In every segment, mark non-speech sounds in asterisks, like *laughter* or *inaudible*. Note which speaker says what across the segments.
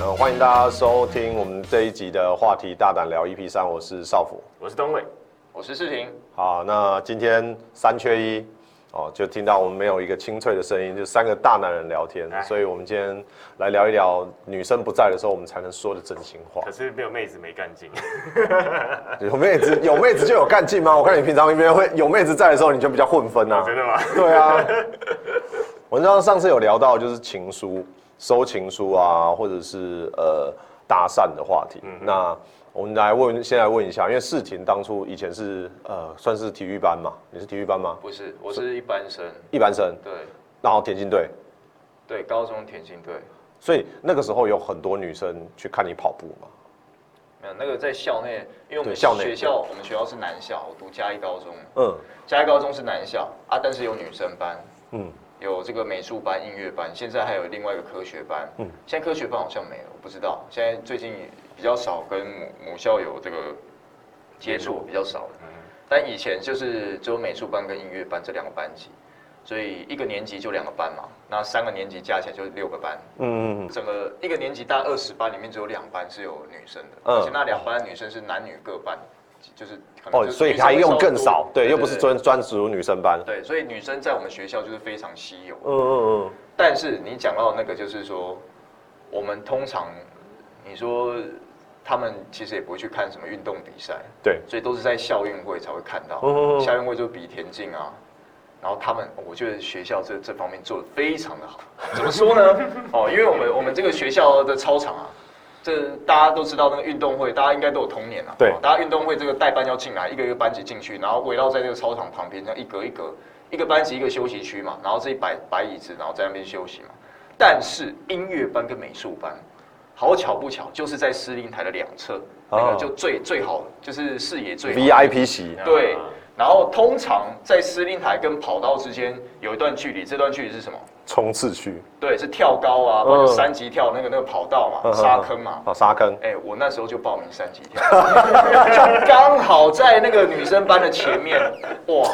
Speaker 1: 呃，欢迎大家收听我们这一集的话题大胆聊 EP 三，我是少辅。
Speaker 2: 我是东伟，
Speaker 3: 我是世廷，
Speaker 1: 好，那今天三缺一哦，就听到我们没有一个清脆的声音，就三个大男人聊天
Speaker 2: 哎，
Speaker 1: 所以我们今天来聊一聊女生不在的时候，我们才能说的真心话
Speaker 2: 可。是没有妹子没干净，
Speaker 1: 有妹子，有妹子就有干劲吗？我看你平常一边会有妹子在的时候，你就比较混分啊。
Speaker 2: 真的吗？
Speaker 1: 对啊，我知道上次有聊到就是情书、收情书啊，或者是呃搭讪的话题。那我们来问，先来问一下，因为世婷当初以前是呃算是体育班嘛，你是体育班吗？
Speaker 3: 不是，我是一般生，
Speaker 1: 一般生，
Speaker 3: 对
Speaker 1: 然后田径队，
Speaker 3: 对，高中田径队，
Speaker 1: 所以那个时候有很多女生去看你跑步嘛。
Speaker 3: 没有那个在校内，因为我
Speaker 1: 对
Speaker 3: 们
Speaker 1: 校内
Speaker 3: 学校我们学校是男校，我读嘉义高中，
Speaker 1: 嗯，
Speaker 3: 嘉义高中是男校啊，但是有女生班，
Speaker 1: 嗯
Speaker 3: 嗯，有这个美术班、音乐班，现在还有另外一个科学班，嗯，现在科学班好像没有，我不知道，现在最近比较少跟母母校有这个接触，比较少了。
Speaker 1: 嗯
Speaker 3: 但以前就是只有美术班跟音乐班这两个班级，所以一个年级就两个班嘛，那三个年级加起来就是六个班，
Speaker 1: 嗯，
Speaker 3: 整个一个年级大概二十班里面只有两班是有女生的，
Speaker 1: 嗯
Speaker 3: 而且那两班的女生是男女各班，就是可能
Speaker 1: 哦，
Speaker 3: 就是
Speaker 1: 所以
Speaker 3: 女生
Speaker 1: 还
Speaker 3: 会稍
Speaker 1: 用
Speaker 3: 微
Speaker 1: 更
Speaker 3: 多
Speaker 1: 少，对，又不是专专属女生班。
Speaker 3: 对，所以女生在我们学校就是非常稀有。
Speaker 1: 嗯嗯
Speaker 3: 但是你讲到那个，就是说，我们通常你说他们其实也不会去看什么运动比赛，
Speaker 1: 嗯，对，
Speaker 3: 所以都是在校运会才会看到。
Speaker 1: 嗯嗯嗯
Speaker 3: 校运会就比田径啊，然后他们，哦我觉得学校这这方面做的非常的好。 *laughs* 怎么说呢？哦，因为我们我们这个学校的操场啊，这大家都知道那个运动会，大家应该都有童年啊。
Speaker 1: 对
Speaker 3: 哦大家运动会这个代班要进来，一个一个班级进去，然后围绕在这个操场旁边，这样一格一格，一个班级一个休息区嘛，然后自己摆摆椅子，然后在那边休息嘛。但是音乐班跟美术班，好巧不巧，就是在司令台的两侧，那
Speaker 1: 哦
Speaker 3: 个就最最好，就是视野最好的
Speaker 1: VIP 席，
Speaker 3: 对
Speaker 2: 啊，
Speaker 3: 然后通常在司令台跟跑道之间有一段距离，这段距离是什么？
Speaker 1: 冲刺区，
Speaker 3: 对，是跳高啊，
Speaker 1: 嗯
Speaker 3: 或者三级跳那个那个跑道嘛，
Speaker 1: 嗯
Speaker 3: 沙坑嘛。
Speaker 1: 哦，沙坑，
Speaker 3: 哎、我那时候就报名三级跳， *laughs* 就刚好在那个女生班的前面，哇，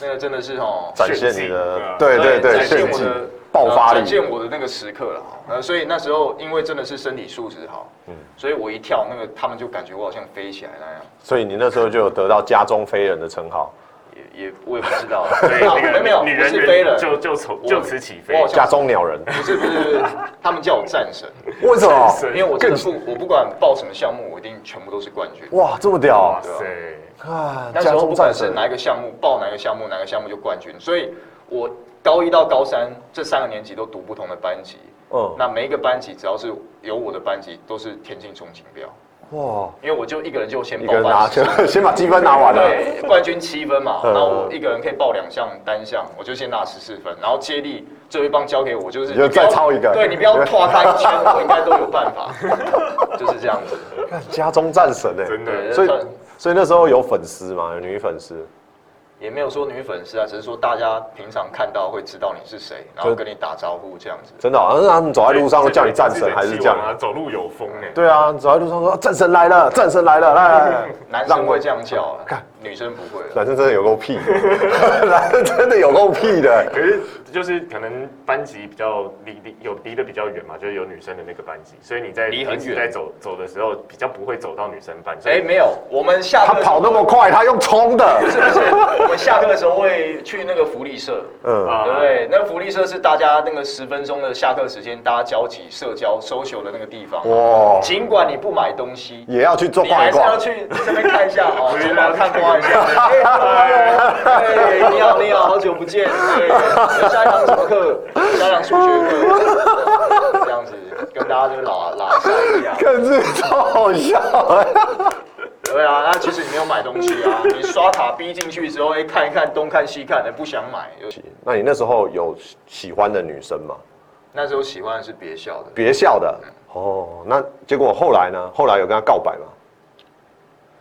Speaker 3: 那个真的是哦，
Speaker 1: 展现
Speaker 2: 炫
Speaker 1: 你
Speaker 2: 技
Speaker 1: 的，
Speaker 2: 啊
Speaker 1: 对对对，
Speaker 3: 展现
Speaker 1: 炫
Speaker 3: 我
Speaker 1: 技
Speaker 3: 的呃
Speaker 1: 爆发
Speaker 3: 展现
Speaker 1: 力，
Speaker 3: 我的那个时刻了哈。呃，所以那时候因为真的是身体素质好，嗯，所以我一跳那个，他们就感觉我好像飞起来那样。
Speaker 1: 所以你那时候就有得到家中飞人的称号，
Speaker 3: 也也我也不知道 *laughs* 啊，
Speaker 2: 所以那个
Speaker 3: 没有
Speaker 2: 女
Speaker 3: 不
Speaker 2: 人
Speaker 3: 是飞
Speaker 2: 缘
Speaker 3: 了，
Speaker 2: 就就从
Speaker 3: 我
Speaker 2: 就此起飞
Speaker 3: 我，好像
Speaker 1: 家中鸟
Speaker 3: *laughs*
Speaker 1: 人，
Speaker 3: 不是不是不是，他们叫我战神，
Speaker 1: 为什
Speaker 3: 因
Speaker 1: 么？
Speaker 3: 为我真的不我不管报什么项目，我一定全部都是冠军。
Speaker 1: 哇，这么屌
Speaker 2: 哇塞，
Speaker 1: 啊！
Speaker 3: 那时
Speaker 1: 家
Speaker 3: 候
Speaker 1: 中
Speaker 3: 不管
Speaker 1: 战
Speaker 3: 是
Speaker 1: 神，
Speaker 3: 哪一个项目报哪个项目，哪个项目就冠军，所以我高一到高三这三个年级都读不同的班级。
Speaker 1: 嗯，
Speaker 3: 那每一个班级只要是有我的班级，都是田径总锦标，
Speaker 1: 哇，
Speaker 3: 因为我就一个人就先
Speaker 1: 一
Speaker 3: 报
Speaker 1: 个人拿
Speaker 3: 班级，
Speaker 1: *laughs* 先先把积分拿完了，
Speaker 3: 对，冠军七分嘛，
Speaker 1: 嗯
Speaker 3: 然后我一个人可以报两项单项，我就先拿十四分，然后接力最后一棒交给我，就是
Speaker 1: 你就
Speaker 3: 不要
Speaker 1: 再抄一个
Speaker 3: 对你不要跨
Speaker 1: *laughs*
Speaker 3: 他一圈，我应该都有办法， *laughs* 就是这样子。
Speaker 1: 看家中战神哎，
Speaker 2: 真的
Speaker 3: 对，
Speaker 1: 所以
Speaker 3: 算
Speaker 1: 所以那时候有粉丝嘛，有女粉丝，
Speaker 3: 也没有说女粉丝啊，只是说大家平常看到会知道你是谁，然后跟你打招呼这样子。
Speaker 1: 真的哦，那他们走在路上会叫你战
Speaker 2: 这
Speaker 1: 神
Speaker 2: 个
Speaker 1: 还是叫
Speaker 2: 希望啊
Speaker 1: 你？
Speaker 2: 走路有风哎，
Speaker 1: 对啊，走在路上说战神来了，战神来了，来来来，
Speaker 3: *laughs* 男生会这样叫啊，女生不会了。
Speaker 1: 男生真的 *laughs* 有够屁的，男生真的有够屁的。
Speaker 2: 可是就是可能班级比较离离有离得比较远嘛，就是有女生的那个班级，所以你在
Speaker 3: 离很远
Speaker 2: 平时在走走的时候比较不会走到女生班，所
Speaker 3: 哎，
Speaker 2: 以
Speaker 3: 没有，我们下
Speaker 1: 他
Speaker 3: 课的时候
Speaker 1: 跑那么快，他用冲的，
Speaker 3: *laughs* 不是不是，我们下课的时候会去那个福利社，
Speaker 1: 嗯，
Speaker 2: 啊
Speaker 3: 对不对？那福利社是大家那个十分钟的下课时间，大家交集、社交、social 的那个地方。
Speaker 1: 哇，
Speaker 3: 尽管你不买东西，
Speaker 1: 也要去做
Speaker 3: 你
Speaker 1: 逛
Speaker 3: 还
Speaker 1: 一
Speaker 3: 是要
Speaker 1: 逛，
Speaker 3: 去这边看
Speaker 1: *laughs*
Speaker 3: 一下哦，走吧，看逛一下。
Speaker 1: *laughs*
Speaker 3: 哎对，你好，你好，好久不见。对，下一堂什么课？下一堂数学课。这样子跟大家就拉拉塞一下。
Speaker 1: 可是超好笑哎，
Speaker 3: 对啊，那其实你没有买东西啊，你刷卡逼进去之后，哎，看一看东看西看，哎，不想买。
Speaker 1: 那你那时候有喜欢的女生吗？
Speaker 3: 那时候喜欢的是别校的。
Speaker 1: 别校的哦，那结果后来呢？后来有跟他告白吗？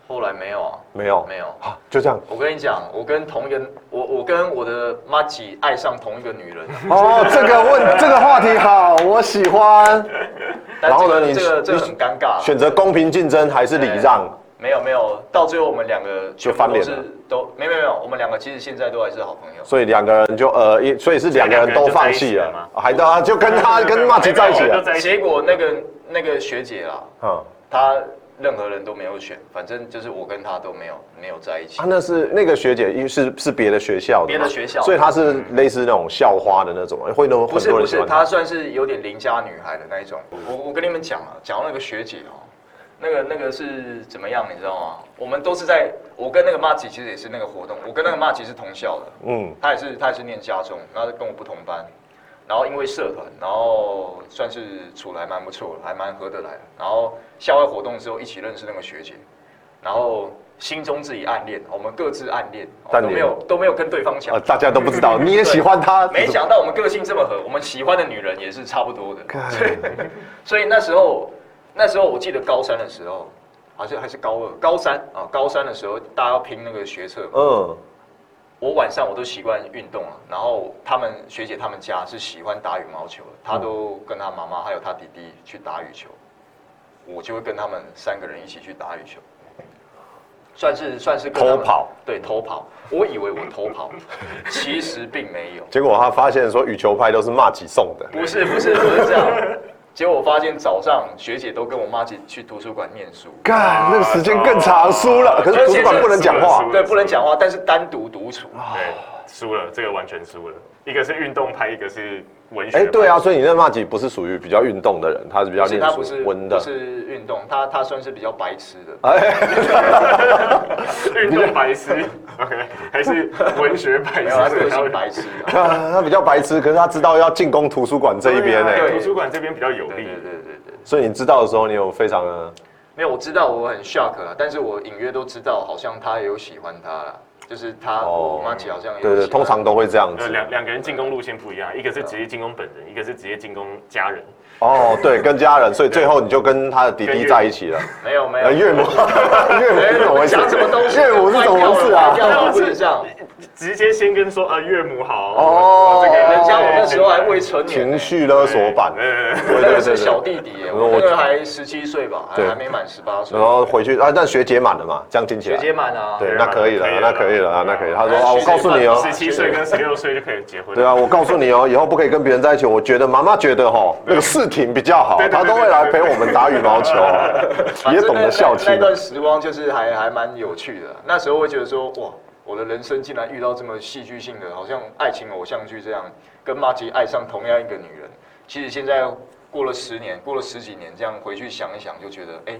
Speaker 3: 后来没有啊，
Speaker 1: 没有，
Speaker 3: 没有
Speaker 1: 啊，就这样。
Speaker 3: 我跟你讲，我跟同一个，我我跟我的妈吉爱上同一个
Speaker 1: *laughs*
Speaker 3: 女人，
Speaker 1: 哦，这个问这个话题好，我喜欢。
Speaker 3: 但
Speaker 1: 然后
Speaker 3: 这个
Speaker 1: 呢你
Speaker 3: 这个
Speaker 1: 你
Speaker 3: 这个很尴尬，
Speaker 1: 选择公平竞争还是礼让？
Speaker 3: 没有没有，到最后我们两个
Speaker 1: 就
Speaker 3: 全部
Speaker 1: 翻脸
Speaker 3: 都
Speaker 1: 了
Speaker 3: 是都没有没有没有，我们两个其实现在都还是好朋友。
Speaker 1: 所以两个人就呃，一所以是两个人都放弃
Speaker 2: 所以两个人就在一起了吗
Speaker 1: 了，还的就跟他
Speaker 2: 没有没
Speaker 1: 跟
Speaker 2: 有
Speaker 1: 马奇在一起
Speaker 2: 没有没有
Speaker 1: 了，
Speaker 2: 在一起
Speaker 3: 结果那个那个学姐啦，
Speaker 1: 嗯，
Speaker 3: 她任何人都没有选，反正就是我跟她都没有没有在一起
Speaker 1: 啊，。那是那个学姐，因为是是别的学校的嘛，
Speaker 3: 别的学校
Speaker 1: 所以她是类似那种校花的那种，会那种
Speaker 3: 不
Speaker 1: 很
Speaker 3: 是
Speaker 1: 多
Speaker 3: 不
Speaker 1: 人喜
Speaker 3: 是，
Speaker 1: 欢
Speaker 3: 她
Speaker 1: 她。
Speaker 3: 算是有点邻家女孩的那一种。我我跟你们讲啊，讲到那个学姐哦、那个那个是怎么样，你知道吗？我们都是在，我跟那个马吉其实也是那个活动，我跟那个马吉是同校的，
Speaker 1: 嗯，
Speaker 3: 他也是他也是念家中，那跟我不同班，然后因为社团，然后算是处得还蛮不错的，还蛮合得来的。然后校外活动之后一起认识那个学姐，然后心中自己暗恋，我们各自暗恋，哦
Speaker 1: 但
Speaker 3: 都
Speaker 1: 你
Speaker 3: 没有都没有跟对方讲
Speaker 1: 呃，。大家都不知
Speaker 3: *laughs*
Speaker 1: 道，你也喜欢她，
Speaker 3: 没想到我们个性这么合，我们喜欢的女人也是差不多的。
Speaker 1: *laughs* 干
Speaker 3: 所以所以那时候，那时候我记得高三的时候，好像还是高二、高三啊，高三的时候大家要拼那个学测嘛。
Speaker 1: 嗯，
Speaker 3: 我晚上我都习惯运动了，然后他们学姐他们家是喜欢打羽毛球的，她都跟她妈妈还有她弟弟去打羽球，我就会跟他们三个人一起去打羽球，算是算是跟他们
Speaker 1: 偷跑，
Speaker 3: 对偷跑，我以为我偷跑，其实并没有，
Speaker 1: 结果她发现说羽球拍都是马奇送的，
Speaker 3: 不是不是不是这样，结果我发现早上学姐都跟我妈去去图书馆念书，
Speaker 1: 干那个时间更长，输了，可是
Speaker 3: 而
Speaker 1: 图
Speaker 3: 且
Speaker 1: 书馆
Speaker 3: 是
Speaker 1: 不能讲
Speaker 2: 输了
Speaker 1: 话
Speaker 2: 输，了
Speaker 3: 对，不能讲话，但是单独独处，
Speaker 1: 啊
Speaker 2: 对，输了，这个完全输了。一个是运动派，一个是文学。
Speaker 1: 哎，对啊，，所以你那马吉不是属于比较运动的人，他是比较
Speaker 3: 不是
Speaker 1: 练
Speaker 3: 她
Speaker 1: 书
Speaker 3: 不是
Speaker 1: 文
Speaker 3: 不
Speaker 1: 的，啊
Speaker 3: 是运动，她她算是比较白痴的。
Speaker 2: 运动白痴，OK，还是文学白
Speaker 3: 没有，他
Speaker 2: 痴，
Speaker 3: 个
Speaker 2: 这
Speaker 3: 性
Speaker 2: 个
Speaker 3: 白痴
Speaker 1: *laughs*
Speaker 3: 啊。
Speaker 1: 啊他比较白痴，可是他知道要进攻图书馆这一边呢，欸
Speaker 2: 对啊
Speaker 3: 对
Speaker 2: 图书馆这边比较有
Speaker 3: 对
Speaker 2: 利。
Speaker 3: 对对对对，
Speaker 1: 所以你知道的时候，你有非常呃的
Speaker 3: 没有，我知道我很 shock 啊，但是我隐约都知道，好像他也有喜欢他啦，就是他，
Speaker 1: 哦
Speaker 3: 我妈姐好像也有
Speaker 1: 对对，
Speaker 3: 喜欢
Speaker 1: 通常都会这样
Speaker 2: 呃，
Speaker 1: 子。
Speaker 2: 两两个人进攻路线不一样，一个是直接进攻本人，一个是直接进攻家人。
Speaker 1: 哦，对，跟家人，所以最后你就跟他的弟弟在一起了。
Speaker 3: 没有没有哎
Speaker 1: 呃，岳母，岳母是怎么回事？
Speaker 3: 讲什么东西？
Speaker 1: 岳母是怎么回事啊
Speaker 3: 歪？掉了不是这样，
Speaker 2: 直接先跟说啊岳母好
Speaker 1: 哦
Speaker 2: 我这个
Speaker 3: 人家我那时候还未成年，
Speaker 1: 情绪勒索版，
Speaker 2: 呃，
Speaker 1: 对
Speaker 3: 那
Speaker 1: 对
Speaker 3: 个是
Speaker 1: 对
Speaker 3: 小
Speaker 1: 对。
Speaker 3: 弟弟耶，
Speaker 1: 我
Speaker 3: 我那个还十七岁吧，还
Speaker 1: 对
Speaker 3: 还没满十八岁
Speaker 1: 然，后回去啊，但学姐满了嘛，这样听起
Speaker 3: 学
Speaker 1: 来
Speaker 3: 姐，满啊，
Speaker 1: 对，那可以了，那可以了，那可以。他说啊，
Speaker 3: 哎
Speaker 1: 我告诉你哦，
Speaker 2: 十七岁跟十六岁就可以结婚。
Speaker 1: 对啊，我告诉你哦，以后不可以跟别人在一起。我觉得妈妈觉得哈，那个世婷比较好
Speaker 2: 对，对对
Speaker 1: 她都会来陪我们打羽毛球，也懂得孝啊
Speaker 3: 反正那那
Speaker 1: 亲
Speaker 3: 那。段时光就是还还蛮有趣的。那时候会觉得说，哇，我的人生竟然遇到这么戏剧性的，好像爱情偶像剧这样，跟马吉爱上同样一个女人。其实现在过了十年，过了十几年，这样回去想一想，就觉得哎、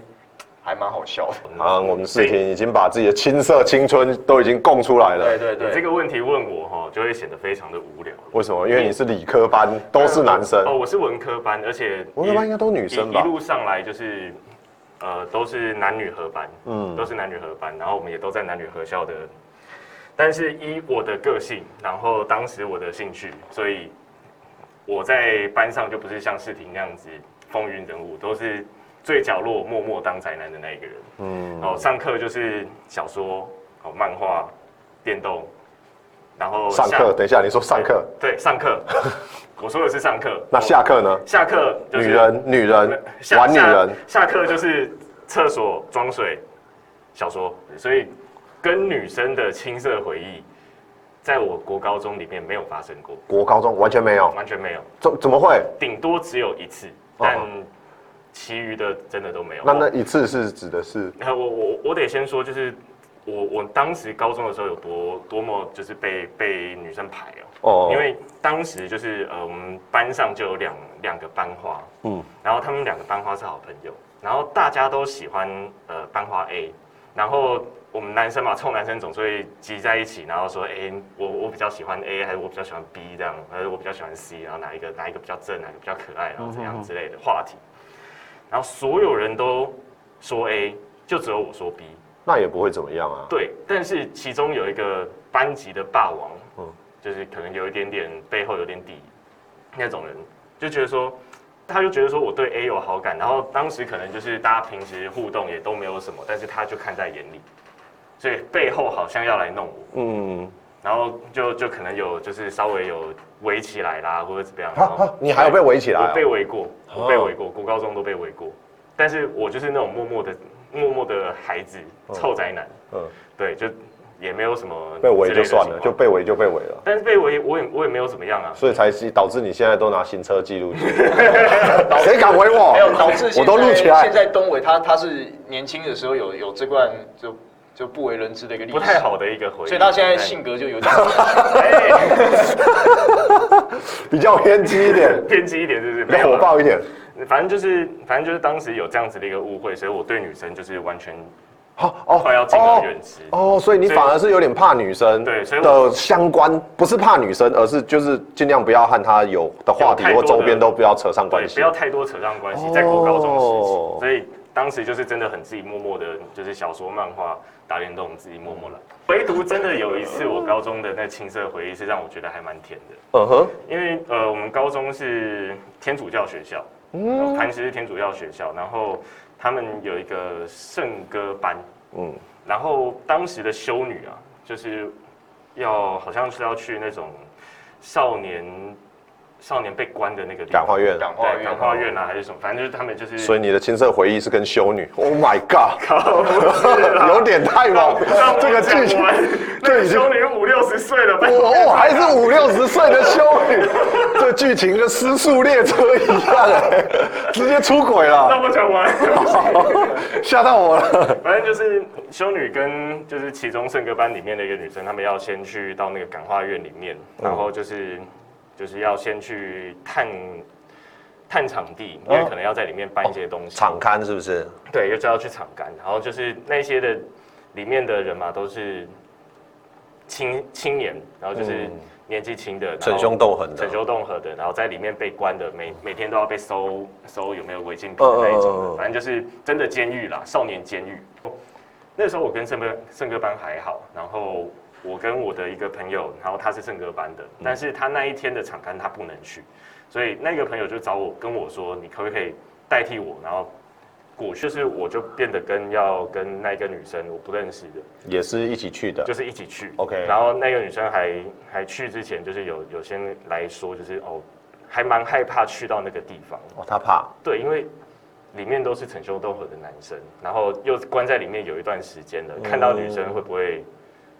Speaker 3: 还蛮好笑
Speaker 1: *laughs*
Speaker 3: 的。
Speaker 1: 啊，我们世婷已经把自己的青涩青春都已经供出来了
Speaker 3: 对。对对，
Speaker 2: 你这个问题问我哈，就会显得非常的无聊。
Speaker 1: 为什么？因为你是理科班，都是男生
Speaker 2: 哦，。我是文科班，而且
Speaker 1: 文科班应该都女
Speaker 2: 一
Speaker 1: 生
Speaker 2: 一
Speaker 1: 吧？
Speaker 2: 路上来就是，呃，都是男女合班，嗯，都是男女合班，然后我们也都在男女合校的。但是依我的个性，然后当时我的兴趣，所以我在班上就不是像世婷那样子风云人物，都是最角落默默当宅男的那一个人。嗯，哦，上课就是小说、哦漫画、电动，然后
Speaker 1: 上
Speaker 2: 下
Speaker 1: 课，等一下，你说上课，
Speaker 2: 对上课，我说的是上课。
Speaker 1: *laughs* 那下课呢？
Speaker 2: 下课就
Speaker 1: 女
Speaker 2: 是
Speaker 1: 人，女人，玩女人，
Speaker 2: 下下课就是厕所装水，小说，所以跟女生的青涩回忆，在我国高中里面没有发生过，
Speaker 1: 国高中完全没有，
Speaker 2: 完全没有，
Speaker 1: 怎怎么会？
Speaker 2: 顶多只有一次，但其余的真的都没有。
Speaker 1: 哦那那一次是指的是
Speaker 2: 那我我我得先说，就是我我当时高中的时候有多多么就是被被女生排
Speaker 1: 哦
Speaker 2: 哦、因，为当时就是呃，我们班上就有两两个班花，
Speaker 1: 嗯
Speaker 2: 嗯，然后他们两个班花是好朋友，然后大家都喜欢呃班花 A，然后我们男生嘛，臭男生总是会集在一起，然后说，哎、我我比较喜欢 A，还是我比较喜欢 B 这样，还是我比较喜欢 C，然后哪一个哪一个比较正，哪一个比较可爱，然后怎样之类的话题，然后所有人都说 A，就只有我说 B，
Speaker 1: 那也不会怎么样啊。
Speaker 2: 对，但是其中有一个班级的霸王，
Speaker 1: 嗯
Speaker 2: 嗯，就是可能有一点点背后有点底那种人，就觉得说，他就觉得说我对 A 有好感，然后当时可能就是大家平时互动也都没有什么，但是他就看在眼里，所以背后好像要来弄我，
Speaker 1: 嗯，
Speaker 2: 然后就就可能有就是稍微有围起来啦，或者怎么样。
Speaker 1: 哈
Speaker 2: 然后
Speaker 1: 哈，你还有被围起来
Speaker 2: 嗯我被
Speaker 1: 啊？
Speaker 2: 围过，我被围过，国高中都被围过，但是我就是那种默默的。默默的孩子，臭宅男，
Speaker 1: 嗯，
Speaker 2: 对，就也没有什么
Speaker 1: 被围
Speaker 2: 之
Speaker 1: 就
Speaker 2: 类的
Speaker 1: 算
Speaker 2: 情
Speaker 1: 了，
Speaker 2: 况
Speaker 1: 就被围就被围了。
Speaker 2: 但是被围我也我也没有怎么样啊，
Speaker 1: 所以才导致你现在都拿行车记录
Speaker 2: *laughs*
Speaker 1: 器，谁敢围我？
Speaker 3: 还有导致现在
Speaker 1: 我都录起来
Speaker 3: 现在东伟他他是年轻的时候有有这段就就不为人知的一个历史，
Speaker 2: 不太，好的一个回忆。
Speaker 3: 所以他现在
Speaker 2: 对
Speaker 3: 性格就有
Speaker 2: *laughs*
Speaker 3: 点
Speaker 2: 哎
Speaker 1: 比较偏激一点，
Speaker 2: 偏激一点，是不是？
Speaker 1: 比较
Speaker 2: 没有
Speaker 1: 火
Speaker 2: 啊
Speaker 1: 爆一点。
Speaker 2: 反正就是，反正就是当时有这样子的一个误会，所以我对女生就是完全
Speaker 1: 好哦，
Speaker 2: 快要敬而远之
Speaker 1: 哦。哦，所以你
Speaker 2: 所以
Speaker 1: 反而是有点怕女生
Speaker 2: 对所以我
Speaker 1: 的相关，不是怕女生，而是就是尽量不要和她有的话题
Speaker 2: 有太
Speaker 1: 或
Speaker 2: 多的
Speaker 1: 周边都不要扯上
Speaker 2: 对
Speaker 1: 关，系
Speaker 2: 不。要太多扯上关系，在国高中的时
Speaker 1: 哦
Speaker 2: 期，所以当时就是真的很自己默默的，就是小说、漫画、打电动，自己默默来。唯独真的有一次，我高中的那青涩回忆是让我觉得还蛮甜的，
Speaker 1: 嗯哼，
Speaker 2: 因为呃，我们高中是天主教学校，嗯，磐石是天主教学校，然后他们有一个圣歌班，
Speaker 1: 嗯，
Speaker 2: 然后当时的修女啊，就是要好像是要去那种少年少年被关的那个地
Speaker 1: 感
Speaker 2: 方
Speaker 1: 化，院。
Speaker 3: 感化
Speaker 2: 对，
Speaker 3: 院
Speaker 2: 感化院啊还是什么，反正就是他们就是，
Speaker 1: 所以你的青涩回忆是跟修女？Oh my god，有点太
Speaker 2: 让
Speaker 1: 猛
Speaker 2: 我让，我
Speaker 1: 这个剧情
Speaker 2: 讲完 *laughs* 那
Speaker 1: 这
Speaker 2: 个
Speaker 1: 已经
Speaker 2: 修女五六十岁了，被
Speaker 1: 我我还是五六十岁的修
Speaker 2: *laughs*
Speaker 1: 女，这剧情跟失速列车一样哎、直接出轨了，
Speaker 2: 让我讲完。
Speaker 1: 吓到我了。
Speaker 2: *laughs* 反正就是修女跟就是其中圣歌班里面的一个女生，她们要先去到那个感化院里面，
Speaker 1: 嗯
Speaker 2: 然后就是、就是要先去探探场地，因为可能要在里面搬一些东西。
Speaker 1: 哦场刊是不是？
Speaker 2: 对，就是要去场干，然后就是那些的里面的人嘛，都是青青年，然后就是年纪轻的，然
Speaker 1: 嗯
Speaker 2: 后
Speaker 1: 逞凶斗狠的
Speaker 2: 逞凶斗狠的，然后在里面被关的，每每天都要被搜搜有没有违禁品
Speaker 1: 嗯
Speaker 2: 那一
Speaker 1: 嗯嗯
Speaker 2: 种
Speaker 1: 嗯
Speaker 2: 的，反正就是真的监狱啦，少年监狱。那时候我跟圣哥圣哥班还好，然后我跟我的一个朋友，然后他是圣哥班的，但是他那一天的场刊他不能去，所以那个朋友就找我跟我说，你可不可以代替我，然后过去，就是我就变得跟要跟那个女生我不认识的，
Speaker 1: 也是一起去的
Speaker 2: 就。是一起去。
Speaker 1: OK
Speaker 2: 然后那个女生还还去之前，就是有有些人来说，就是哦，还蛮害怕去到那个地方。
Speaker 1: 哦，他怕。
Speaker 2: 对，因为里面都是逞凶斗狠的男生，然后又关在里面有一段时间了，
Speaker 1: 哦
Speaker 2: 看到女生会不会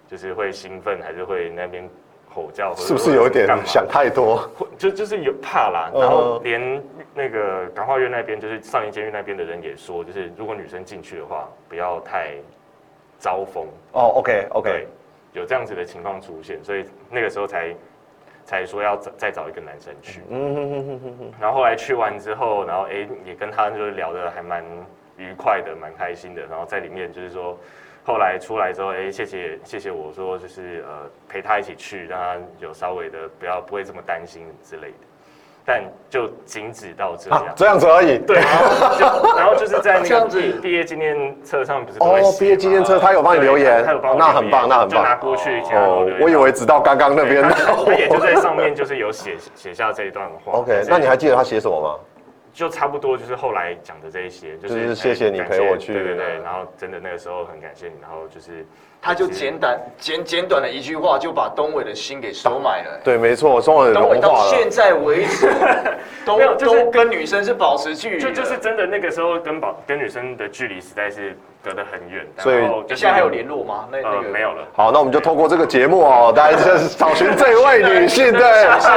Speaker 2: 就是会兴奋，还是会那边吼叫，或者
Speaker 1: 是不是有点
Speaker 2: 干嘛
Speaker 1: 想太多？
Speaker 2: 会就就是有怕啦，
Speaker 1: 嗯
Speaker 2: 然后连那个感化院那边，就是上一监狱那边的人也说，就是如果女生进去的话，不要太招风。
Speaker 1: 哦，OK
Speaker 2: 对
Speaker 1: OK，，
Speaker 2: 有这样子的情况出现，所以那个时候才才说要再再找一个男生去。
Speaker 1: 嗯哼哼哼哼哼，
Speaker 2: 然后后来去完之后，然后哎、也跟他就是聊得还蛮愉快的，蛮开心的。然后在里面就是说，后来出来之后，哎、谢谢谢谢我说就是呃陪他一起去，让他有稍微的不要不会这么担心之类的。但就仅止到这样。
Speaker 1: 啊，这样子而已。
Speaker 2: 对，然后 *laughs* 就然后就是在那
Speaker 3: 这样
Speaker 2: 个
Speaker 3: 子
Speaker 2: 毕毕业纪念册上不是都会写
Speaker 1: 哦
Speaker 2: 吗，
Speaker 1: 毕业纪念册他有帮你留言
Speaker 2: 对他有帮我
Speaker 1: 哦那
Speaker 2: 留
Speaker 1: 很
Speaker 2: 言
Speaker 1: 棒那很
Speaker 2: 就拿
Speaker 1: 棒
Speaker 2: 过去请他帮我
Speaker 1: 哦
Speaker 2: 留言， *laughs*
Speaker 1: 我以为直到刚刚那边。
Speaker 2: 他也就在上面就是有写 *laughs* 写下这一段话。但
Speaker 1: OK，
Speaker 2: 是
Speaker 1: 那你还记得他写什么吗？
Speaker 2: 就差不多就是后来讲的这一些，就
Speaker 1: 就是
Speaker 2: 是
Speaker 1: 谢谢你
Speaker 2: 感
Speaker 1: 陪我去
Speaker 2: 对对对，然后真的那个时候很感谢你，然后就是
Speaker 3: 他就简短简简短的一句话就把东伟的心给收买了、
Speaker 1: 对，没错，中文
Speaker 3: 东伟
Speaker 1: 融
Speaker 3: 到
Speaker 1: 化
Speaker 3: 现
Speaker 1: 了。
Speaker 3: 在为
Speaker 2: *laughs*
Speaker 3: 止都
Speaker 2: 没有就是
Speaker 3: 都跟女生是保持距离
Speaker 2: 就
Speaker 3: 的，
Speaker 2: 就是真的那个时候跟宝跟女生的距离实在是隔得很远，
Speaker 1: 所以
Speaker 2: 然后就
Speaker 3: 你
Speaker 2: 是
Speaker 3: 现在还有联络吗？那那
Speaker 2: 呃
Speaker 3: 个
Speaker 2: 没有了。
Speaker 1: 好，那我们就透过这个节目哦，大家就是找寻这位女性。对，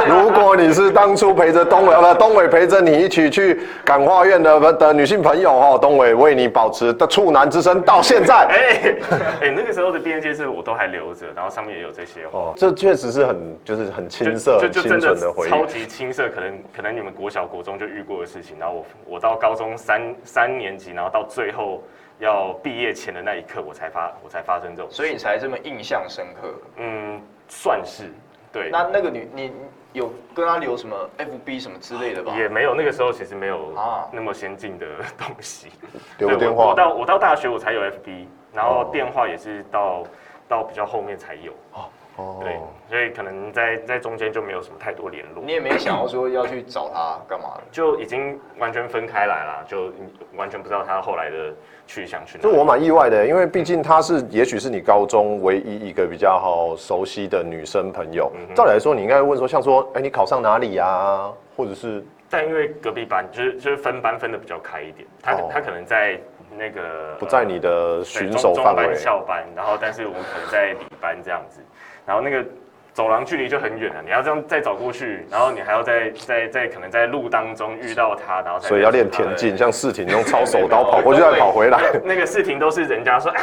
Speaker 1: 如果你是当初陪着东伟，呃，不，东伟陪着你一起去感化院的的女性朋友哦，东伟为你保持的处男之身到现在。
Speaker 2: 哎 *laughs* 哎，那个时候的毕业戒指我都还留着，然后上面也有这些话。
Speaker 1: 哦，这确实是很就是很青涩、
Speaker 2: 就
Speaker 1: 很
Speaker 2: 就
Speaker 1: 清
Speaker 2: 真
Speaker 1: 纯
Speaker 2: 的
Speaker 1: 的回忆。
Speaker 2: 超级青涩，可能可能你们国小国中就遇过的事情，然后我我到高中三三年级，然后到最后要毕业前的那一刻，我才发我才发生这种事，
Speaker 3: 所以你才这么印象深刻。
Speaker 2: 嗯，算是对，
Speaker 3: 那那个女你有跟他留什么 FB 什么之类的吧？
Speaker 2: 也没有那个时候其实没有
Speaker 3: 啊
Speaker 2: 那么先进的 *laughs* 东西，
Speaker 1: 留
Speaker 2: 对
Speaker 1: 个
Speaker 2: 我
Speaker 1: 电话
Speaker 2: 我到我到大学我才有 FB，然后电话也是到到比较后面才有，
Speaker 1: 哦
Speaker 2: 对，所以可能在在中间就没有什么太多联络
Speaker 3: 你。也没想要说要去找他干嘛的？
Speaker 2: 就已经完全分开来了，就完全不知道他后来的去向去哪里。
Speaker 1: 这我蛮意外的，因为毕竟她是，也许是你高中唯一一个比较好熟悉的女生朋友。
Speaker 2: 嗯
Speaker 1: 照理来说，你应该问说，像说，哎、你考上哪里啊？或者是
Speaker 2: 但因为隔壁班就是就是分班分的比较开一点，他、
Speaker 1: 哦
Speaker 2: 他可能在那个
Speaker 1: 不在你的
Speaker 2: 对
Speaker 1: 巡
Speaker 2: 中
Speaker 1: 守
Speaker 2: 中
Speaker 1: 范
Speaker 2: 班
Speaker 1: 围。
Speaker 2: 校班，然后但是我可能在里班这样子，然后那个走廊距离就很远了，你要这样再走过去，然后你还要在在在可能在路当中遇到他，然后才
Speaker 1: 所以要
Speaker 2: 认识
Speaker 1: 练
Speaker 2: 他
Speaker 1: 田
Speaker 2: 对
Speaker 1: 径，像世挺用抄手刀
Speaker 2: *laughs*
Speaker 1: 跑过去再跑回来。
Speaker 2: 那个视频都是人家说，哎，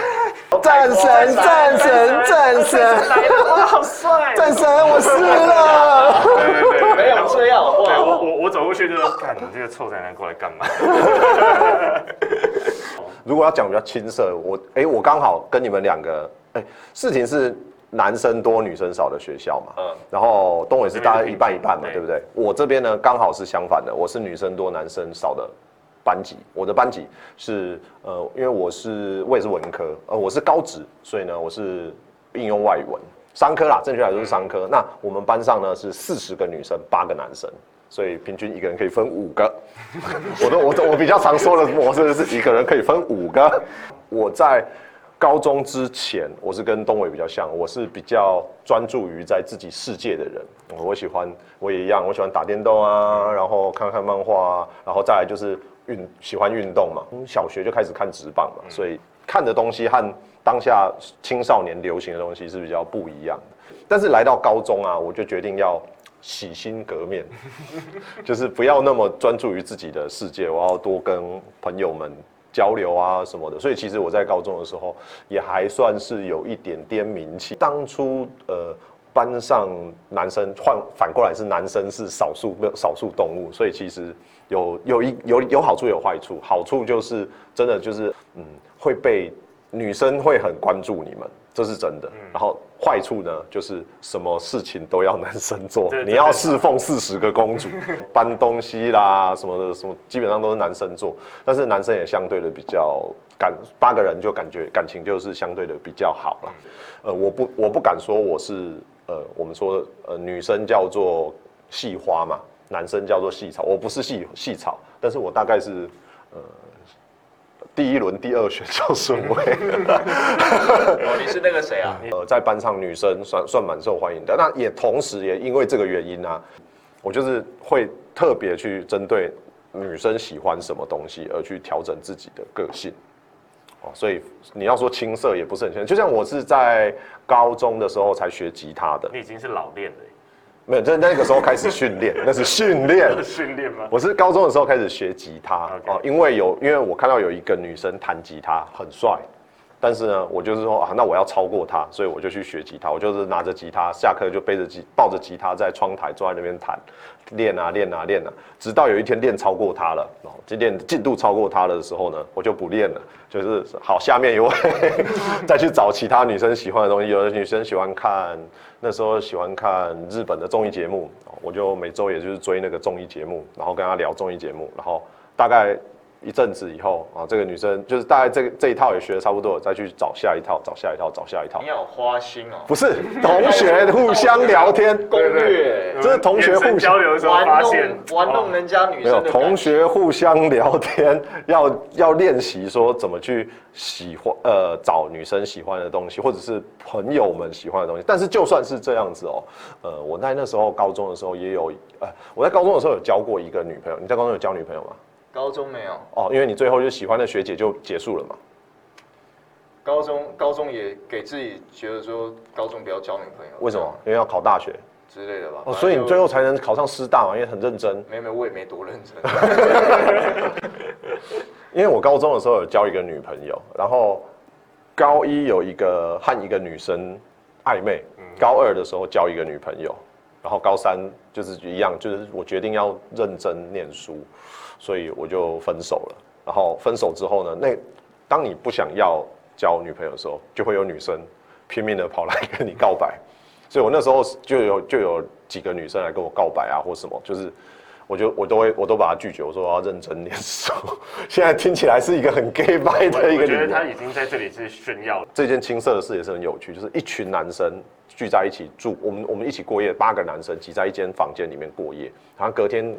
Speaker 1: 战神，战神，战
Speaker 2: *laughs*
Speaker 1: 神，
Speaker 2: 来了，哇，好帅！
Speaker 1: 战神，我是了。
Speaker 2: 对对对，
Speaker 3: 没
Speaker 2: 然
Speaker 3: 有
Speaker 2: 后
Speaker 3: 这样好不
Speaker 2: 对我
Speaker 3: 好？
Speaker 2: 我我走过去就说， *laughs* 干，你这个臭宅男过来干嘛？
Speaker 1: 如果要讲比较青涩，我哎、我刚好跟你们两个，哎、世挺是男生多女生少的学校嘛，
Speaker 3: 嗯
Speaker 1: 然后东伟是大概一半一半嘛，
Speaker 2: 对
Speaker 1: 对不对？我这边呢刚好是相反的，我是女生多男生少的班级，我的班级是呃，因为我是我也是文科，呃，我是高职，所以呢我是应用外语文商科啦，正确来说是商科。那我们班上呢是四十个女生，八个男生。所以平均一个人可以分五个，我都我都我比较常说的模式是一个人可以分五个。我在高中之前，我是跟东伟比较像，我是比较专注于在自己世界的人。我喜欢，我也一样，我喜欢打电动啊，然后看看漫画啊，然后再来就是运喜欢运动嘛。嗯小学就开始看直棒嘛，所以看的东西和当下青少年流行的东西是比较不一样的。但是来到高中啊，我就决定要洗心革面，就是不要那么专注于自己的世界，我要多跟朋友们交流啊什么的。所以其实我在高中的时候也还算是有一点点名气。当初呃。班上男生换反过来是男生是少数少数动物，所以其实有有一有有好处有坏处。好处就是真的就是嗯会被女生会很关注你们，这是真的。然后坏处呢就是什么事情都要男生做
Speaker 2: 这，
Speaker 1: 你要
Speaker 2: 这
Speaker 1: 是。侍奉四十个公主，搬东西啦什么的，什么基本上都是男生做，但是男生也相对的比较感，八个人就感觉感情就是相对的比较好了。呃，我不我不敢说我是呃，我们说呃女生叫做系花嘛，男生叫做系草，我不是系系草，但是我大概是呃第一轮第二选秀顺位。
Speaker 3: 哦，你是那个谁啊？
Speaker 1: 呃，在班上女生算算蛮受欢迎的。那也同时也因为这个原因啊，我就是会特别去针对女生喜欢什么东西而去调整自己的个性。哦，所以你要说青涩也不是很青涩，就像我是在高中的时候才学吉他的，
Speaker 2: 你已经是老练了，
Speaker 1: 没有，在那个时候开始训练，那是训练。
Speaker 2: 训练吗？
Speaker 1: 我是高中的时候开始学吉他
Speaker 2: OK
Speaker 1: 哦，因为有因为我看到有一个女生弹吉他很帅，但是呢，我就是说啊，那我要超过她，所以我就去学吉他。我就是拿着吉他，下课就背着吉抱着吉他在窗台坐在那边弹，练啊练啊练啊，直到有一天练超过她了，哦，就练进度超过她了的时候呢，我就不练了，就是好下面一位 *laughs* 再去找其他女生喜欢的东西。有的女生喜欢看那时候喜欢看日本的综艺节目，哦我就每周也就是追那个综艺节目，然后跟她聊综艺节目，然后大概一阵子以后啊，这个女生就是大概这个这一套也学的差不多了，再去找下一套，找下一套，找下
Speaker 2: 嗯
Speaker 1: 一套
Speaker 3: 你。好花心哦，
Speaker 1: 不是同学互相聊天，
Speaker 3: 攻略
Speaker 1: 这是同学
Speaker 2: 眼神
Speaker 1: 互相
Speaker 2: 交流的时候发
Speaker 3: 玩
Speaker 2: 现哦
Speaker 3: 弄， *laughs* 玩弄人家女
Speaker 1: 哦没有
Speaker 3: 生的
Speaker 1: 同
Speaker 3: 感觉。
Speaker 1: 学互相聊天，要要练习说怎么去喜欢呃找女生喜欢的东西，或者是朋友们喜欢的东西。但是就算是这样子哦，呃，我在那时候高中的时候也有，呃，我在高中的时候有交过一个女朋友。你在高中有交女朋友吗？
Speaker 3: 高中没有，
Speaker 1: 哦，因为你最后就喜欢的学姐就结束了嘛。
Speaker 3: 高中高中也给自己觉得说高中不要交女朋友，
Speaker 1: 为什么？因为要考大学
Speaker 3: 之类的吧？
Speaker 1: 哦，所以你
Speaker 3: 反
Speaker 1: 最
Speaker 3: 正就
Speaker 1: 后才能考上师大嘛，因为很认真。
Speaker 3: 没有没有，我也没多认真。
Speaker 1: *laughs* 因为我高中的时候有交一个女朋友，然后高一有一个和一个女生暧昧，高二的时候交一个女朋友，然后高三就是一样，就是我决定要认真念书，所以我就分手了。然后分手之后呢，那当你不想要交女朋友的时候，就会有女生拼命的跑来跟你告白，所以我那时候就有就有几个女生来跟我告白啊，或什么，就是我就我都会我都把她拒绝，我说我要认真念书。 *laughs* 现在听起来是一个很 gay 掰
Speaker 2: 我
Speaker 1: 的一个
Speaker 2: 我
Speaker 1: 理
Speaker 2: 觉得
Speaker 1: 由。
Speaker 2: 他已经在这里是炫耀了，
Speaker 1: 这件青涩的事也是很有趣，就是一群男生聚在一起住，我们我们一起过夜，八个男生挤在一间房间里面过夜，然后隔天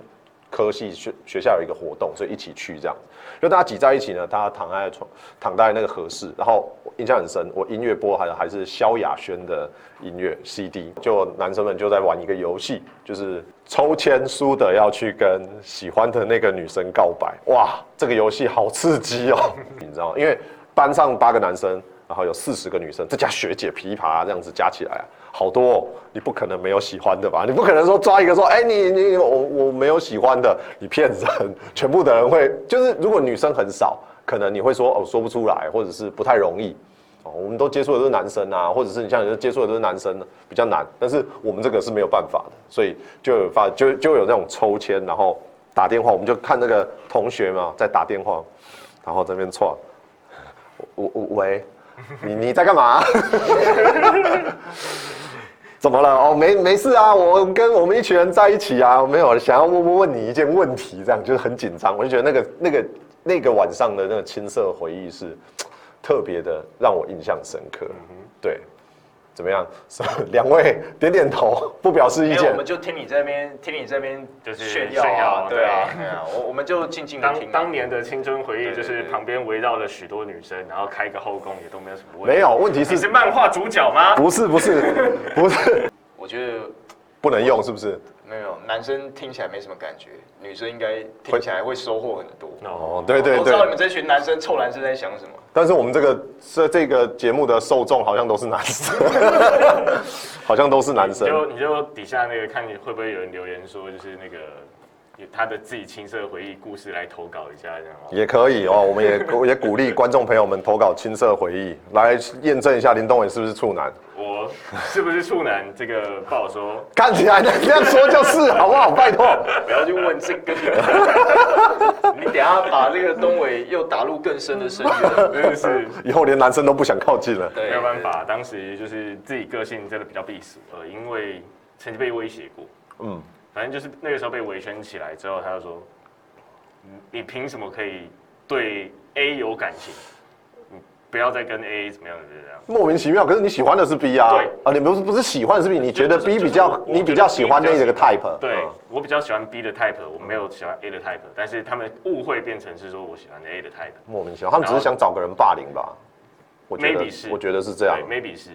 Speaker 1: 科系学学校有一个活动，所以一起去这样。就大家挤在一起呢，大家躺在床躺在那个合适，然后我印象很深，我音乐播还还是萧亚轩的音乐 CD，就男生们就在玩一个游戏，就是抽签输的要去跟喜欢的那个女生告白。哇，这个游戏好刺激哦，你知道吗？因为班上八个男生。然后有四十个女生，这加学姐琵琶、这样子加起来、啊，好多、哦。你不可能没有喜欢的吧？你不可能说抓一个说，哎、你你我我没有喜欢的，你骗人。全部的人会就是，如果女生很少，可能你会说哦说不出来，或者是不太容易。哦，我们都接触的都是男生啊，或者是你像你接触的都是男生，比较难。但是我们这个是没有办法的，所以就有发就就有那种抽签，然后打电话，我们就看那个同学嘛在打电话，然后这边错，我我喂。你你在干嘛？ *laughs* 怎么了？哦，没没事啊，我跟我们一群人在一起啊，我没有想要问问问你一件问题，这样就是很紧张。我就觉得那个那个那个晚上的那个青涩回忆是特别的让我印象深
Speaker 3: 嗯
Speaker 1: 刻。对，怎么样？ *laughs* 两位点点头，不表示意
Speaker 3: 因为
Speaker 1: 见
Speaker 3: 我们。就听你这边，听你这边
Speaker 2: 就是
Speaker 3: 炫耀
Speaker 2: 炫
Speaker 3: 啊，
Speaker 2: 耀
Speaker 3: 对啊，对啊，我我们就静静的听
Speaker 2: 当
Speaker 3: 啊。
Speaker 2: 当年的青春回忆，
Speaker 3: 对
Speaker 2: 就
Speaker 3: 对
Speaker 2: 是
Speaker 3: 对
Speaker 2: 旁边围绕了许多女生，然后开个后宫也都没有什么问题。
Speaker 1: 没有，问题
Speaker 2: 你是
Speaker 1: 是
Speaker 2: 漫画主角吗？
Speaker 1: 不是不是不是
Speaker 3: 我觉得
Speaker 1: 不能用是不是？
Speaker 3: 没有男生听起来没什么感觉，女生应该听起来会收获很多。
Speaker 1: 哦，对对
Speaker 3: 我知道
Speaker 1: 对
Speaker 3: 你们。这群男生臭男生在想什么。
Speaker 1: 但是我们这个这这个节目的受众好像都是男 *laughs* 生，好像都是男生
Speaker 2: 你。就你就底下那个看你会不会有人留言说，就是那个有他的自己青涩回忆故事来投稿一下，这样吗？
Speaker 1: 也可以哦，我们也我也 *laughs* 鼓励观众朋友们投稿青涩回忆，来验证一下林东伟是不是处男。
Speaker 2: 我是不是处男？这个不好说。
Speaker 1: 看起来这样说就是，好不好？拜托， *laughs*
Speaker 3: 不要去问这个， *laughs* 你等一下把这个东伟又打入更深的深渊。
Speaker 2: 真的是
Speaker 1: 以后连男生都不想靠近了。
Speaker 3: 对，
Speaker 2: 没有办法，当时就是自己个性真的比较避俗，呃，因为曾经被威胁过，
Speaker 1: 嗯，
Speaker 2: 反正就是那个时候被围圈起来之后，他就说，你你凭什么可以对 A 有感情？你不要再跟 A 怎么样怎么样。
Speaker 1: 莫名其妙。可是你喜欢的是 B 啊
Speaker 2: 对，
Speaker 1: 啊，你不是不是喜欢的是 B，你觉得
Speaker 2: 就是
Speaker 1: B
Speaker 2: 就是
Speaker 1: 比较
Speaker 2: 我
Speaker 1: 你
Speaker 2: 我
Speaker 1: 比
Speaker 2: 觉
Speaker 1: 较
Speaker 2: 得
Speaker 1: 喜欢
Speaker 2: B 比
Speaker 1: 那
Speaker 2: 较
Speaker 1: 个
Speaker 2: 喜欢
Speaker 1: type，
Speaker 2: 对
Speaker 1: 嗯
Speaker 2: 我比较喜欢 B 的 type，我没有喜欢 A 的 type，但是他们误会变成是说我喜欢 A 的 type，
Speaker 1: 莫名其妙，他们只是想找个人霸凌吧？我觉得
Speaker 2: Maybe 是
Speaker 1: 我觉得是这
Speaker 2: 对
Speaker 1: 样。
Speaker 2: ，maybe 是，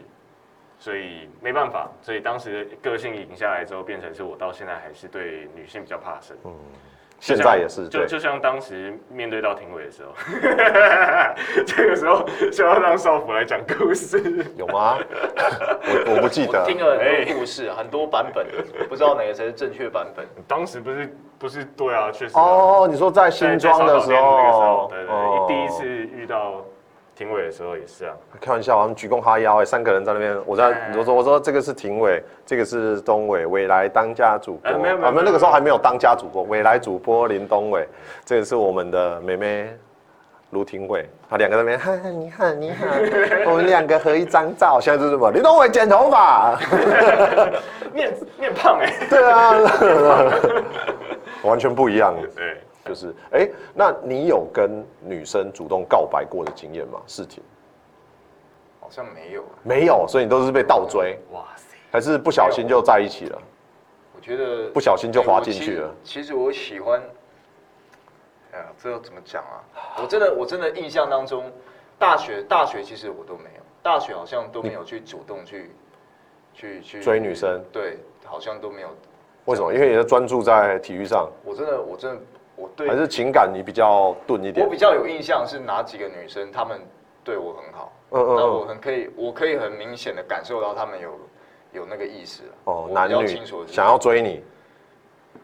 Speaker 2: 所以没办法，所以当时的个性赢下来之后，变成是我到现在还是对女性比较怕生，
Speaker 1: 现在也是
Speaker 2: 就
Speaker 1: 对，
Speaker 2: 就像当时面对到庭委的时候， *laughs* 这个时候就要让少辅来讲故事，
Speaker 1: 有
Speaker 2: *laughs*
Speaker 1: 吗？我我不记
Speaker 3: 我
Speaker 1: 得
Speaker 3: 听。了很多故事，很多版本，不知道哪个才是正确版本。 *laughs*
Speaker 2: 当时不是不是对啊，确实啊
Speaker 1: 哦，你说在
Speaker 2: 在
Speaker 1: 新庄
Speaker 2: 在
Speaker 1: 的时
Speaker 2: 烧烤店那个时候
Speaker 1: 候，
Speaker 2: 对对
Speaker 1: 哦
Speaker 2: 对，第一次遇到庭委的时候也是啊。
Speaker 1: 开玩笑，他们鞠躬哈腰、哎，三个人在那边，我在
Speaker 2: 哎
Speaker 1: 我说我说这个是廷伟，这个是东伟，伟来当家主播，
Speaker 2: 哎没有没有
Speaker 1: 啊
Speaker 2: 没有
Speaker 1: 那个时候还没有当家主播，伟来主播林东伟，这个是我们的妹妹卢廷伟，他两个在那边，哈哈你好你
Speaker 2: *laughs*
Speaker 1: 好，我们两个合一张照，现在就是什么林东伟剪头
Speaker 2: *laughs*
Speaker 1: 发，
Speaker 2: 面面胖哎、
Speaker 3: 欸
Speaker 1: 对啊，完全不一样，
Speaker 2: 对，
Speaker 1: 就是哎、那你有跟女生主动告白过的经验吗？事情
Speaker 3: *laughs* 好像没有啊，
Speaker 1: 没有，所以你都是被倒追，
Speaker 2: 哇塞，
Speaker 1: 还是不小心就在一起了？
Speaker 3: 我觉得
Speaker 1: 不小心就滑进去了
Speaker 3: 我其实。其实我喜欢，哎呀，这要怎么讲啊？我真的我真的印象当中，大学大学其实我都没有，大学好像都没有去主动去去去
Speaker 1: 追女生，
Speaker 3: 对，好像都没有。
Speaker 1: 为什么？因为你在专注在体育上，
Speaker 3: 我真的我真的我对
Speaker 1: 还是情感你比较钝一点
Speaker 3: 我？比较有印象是哪几个女生，她们对我很好，
Speaker 1: 嗯嗯嗯
Speaker 3: 那我很可以，我可以很明显的感受到她们有有那个意思了
Speaker 1: 哦，
Speaker 3: 我
Speaker 1: 男
Speaker 3: 比较
Speaker 1: 女
Speaker 3: 清楚的是
Speaker 1: 想要追你，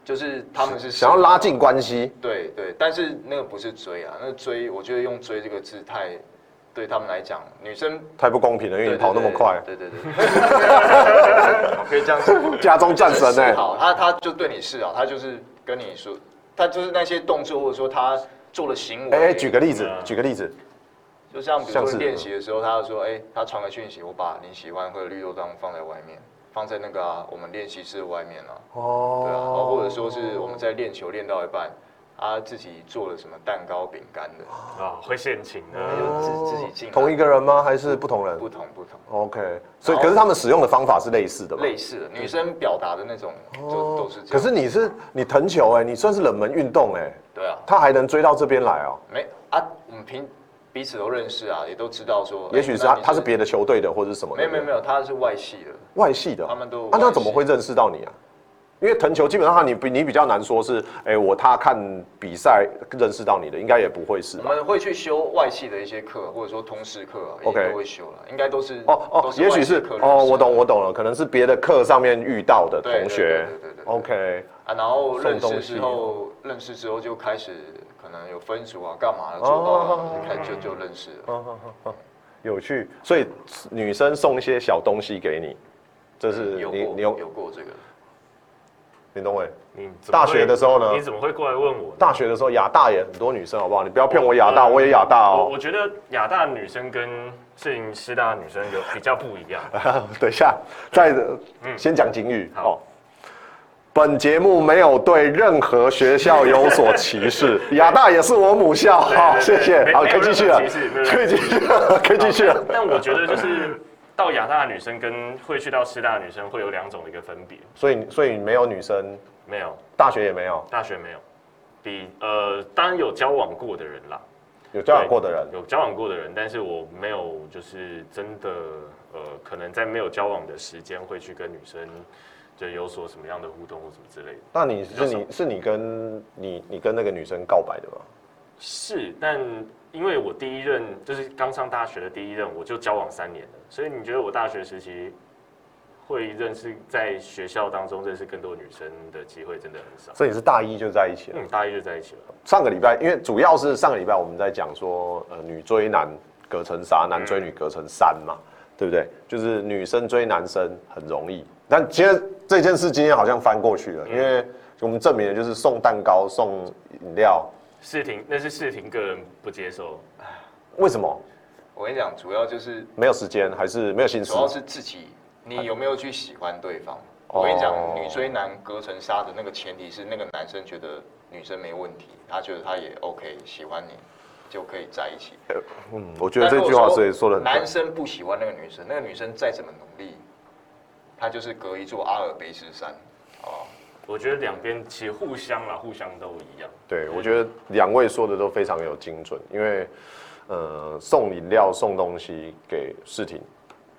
Speaker 3: 就是她们是
Speaker 1: 想要拉，近关系，
Speaker 3: 对对，但是那个不是追啊，那个追，我觉得用追这个字太，对她们来讲，女生
Speaker 1: 太不公平了，因为
Speaker 3: 对
Speaker 1: 你跑那么快，
Speaker 3: 对对
Speaker 1: *laughs*
Speaker 3: 对，对可以这样子，
Speaker 1: 家中战神
Speaker 3: 示
Speaker 1: 哎，
Speaker 3: 好，他他就对你示好，他就是跟你说，他就是那些动作或者说他做的行为，
Speaker 1: 哎，举个例子
Speaker 3: 啊
Speaker 2: 嗯，
Speaker 1: 举个例子，
Speaker 3: 就像比
Speaker 1: 像
Speaker 3: 如
Speaker 1: 是
Speaker 3: 说练习的时候，他就说：“哎、他传个讯息，我把你喜欢喝的绿豆汤放在外面，放在那个啊，我们练习室的外面啊，对啊，然后
Speaker 1: 哦
Speaker 3: 或者说是我们在练球练到一半，啊，自己做了什么蛋糕、饼干的，
Speaker 1: 哦
Speaker 2: 啊，会现情的，
Speaker 3: 那
Speaker 1: 嗯
Speaker 3: 就自自己进来啊
Speaker 1: 同一个人吗？还是不同人
Speaker 3: 不同不同，
Speaker 1: ？OK，所以可是他们使用的方法是类似的嘛？
Speaker 3: 类似的女生表达的那种就都是这样。
Speaker 1: 哦可是你是你藤球哎、你算是冷门运动哎、
Speaker 3: 对啊，
Speaker 1: 他还能追到这边来哦、
Speaker 3: 没啊，我们平彼此都认识啊，也都知道说，
Speaker 1: 也许是
Speaker 3: 哎
Speaker 1: 他
Speaker 3: 那你
Speaker 1: 他是别的球队的或者是什么的？
Speaker 3: 没有没有没有，他是外系的，
Speaker 1: 外系的，
Speaker 3: 他们都
Speaker 1: 啊，那
Speaker 3: 外系
Speaker 1: 怎么会认识到你啊？因为藤球基本上你比你比较难说是，哎、我他看比赛认识到你的，应该也不会是
Speaker 3: 我
Speaker 1: 吧？
Speaker 3: 们会去修外系的一些课，或者说通识课、啊，
Speaker 1: OK
Speaker 3: 也都会修了，应该都是
Speaker 1: 哦
Speaker 3: 嗯都
Speaker 1: 哦，也许
Speaker 3: 外系
Speaker 1: 是
Speaker 3: 课认识的
Speaker 1: 哦，我懂我懂了，可能是别的课上面遇到的
Speaker 3: 对对
Speaker 1: 同学
Speaker 3: 对对对对对
Speaker 1: OK，
Speaker 3: 啊，然后认
Speaker 1: 送
Speaker 3: 识
Speaker 1: 东西
Speaker 3: 之后，认识之后就开始可能有分组啊，干嘛的做到啊，
Speaker 1: 哦
Speaker 3: 就开就就认识了。
Speaker 1: 有趣。所以女生送一些小东西给你，这是
Speaker 3: 嗯有
Speaker 1: 你
Speaker 3: 过
Speaker 1: 你有
Speaker 3: 有过这个，
Speaker 1: 林东伟
Speaker 2: 你怎么
Speaker 1: 大
Speaker 2: 会
Speaker 1: 学的时候呢
Speaker 2: 你怎么会过来问我呢？
Speaker 1: 大学的时候亚大也很多女生，好不好？你不要骗我亚大，
Speaker 2: 我
Speaker 1: 我也亚大
Speaker 2: 我
Speaker 1: 哦
Speaker 2: 我。觉得亚大女生跟摄影师大的女生有比较不一样。
Speaker 1: 等一下，再先讲警语
Speaker 2: 好
Speaker 1: *laughs* 哦。本节目没有对任何学校有所歧 *laughs* 视，亚大也是我母校，好，
Speaker 2: 对
Speaker 1: 谢
Speaker 2: 对
Speaker 1: 谢
Speaker 2: 没，
Speaker 1: 好，
Speaker 2: 没
Speaker 1: 可以
Speaker 2: 有
Speaker 1: 继续
Speaker 2: 任
Speaker 1: 了
Speaker 2: 何歧视，
Speaker 1: *laughs* 可以
Speaker 2: 对对
Speaker 1: 继续了， *laughs* 可以继续了。
Speaker 2: 但我觉得就是到亚大的女生跟会去到师大的女生会有两种的一个分别，
Speaker 1: 所以，所以没有女生，
Speaker 2: 没有
Speaker 1: 大学也没有，
Speaker 2: 大学没有，比呃当然有交往过的人啦，
Speaker 1: 有交往过的人
Speaker 2: 对有交往过的人，但是我没有就是真的呃，可能在没有交往的时间会去跟女生就有所什么样的互动或什么之类的。
Speaker 1: 那你是
Speaker 2: 比较
Speaker 1: 你是你跟你你跟那个女生告白的吗？
Speaker 2: 是，但因为我第一任就是刚上大学的第一任，我就交往三年了，所以你觉得我大学时期会认识在学校当中认识更多女生的机会真的很少。
Speaker 1: 所以你是大一就在一起了。
Speaker 2: 嗯，大一就在一起了。
Speaker 1: 上个礼拜，因为主要是上个礼拜我们在讲说，呃，女追男隔层纱，男追女隔层山嘛，对不对？就是女生追男生很容易，但其实这件事今天好像翻过去了，
Speaker 3: 嗯
Speaker 1: 因为我们证明的就是送蛋糕、送饮料，
Speaker 2: 世婷，那是世婷个人不接受，
Speaker 1: 为什么
Speaker 3: 我跟你讲，主要就是
Speaker 1: 没有时间，还是没有心思
Speaker 3: 主？要是自己，你有没有去喜欢对方？我跟你讲，
Speaker 1: 哦
Speaker 3: 女追男隔层纱的那个前提是那个男生觉得女生没问题，他觉得他也 OK，喜欢你就可以在一起。
Speaker 1: 嗯，我觉得这句话所以说的很
Speaker 3: 男
Speaker 1: 对。
Speaker 3: 生不喜欢那个女生，那个女生再怎么努力，她就是隔一座阿尔卑斯山。 *laughs* 哦，
Speaker 2: 我觉得两边其实互相啦，互相都一样。 *laughs*
Speaker 1: 对，我觉得两位说的都非常有精准，因为呃，送饮料、送东西给世婷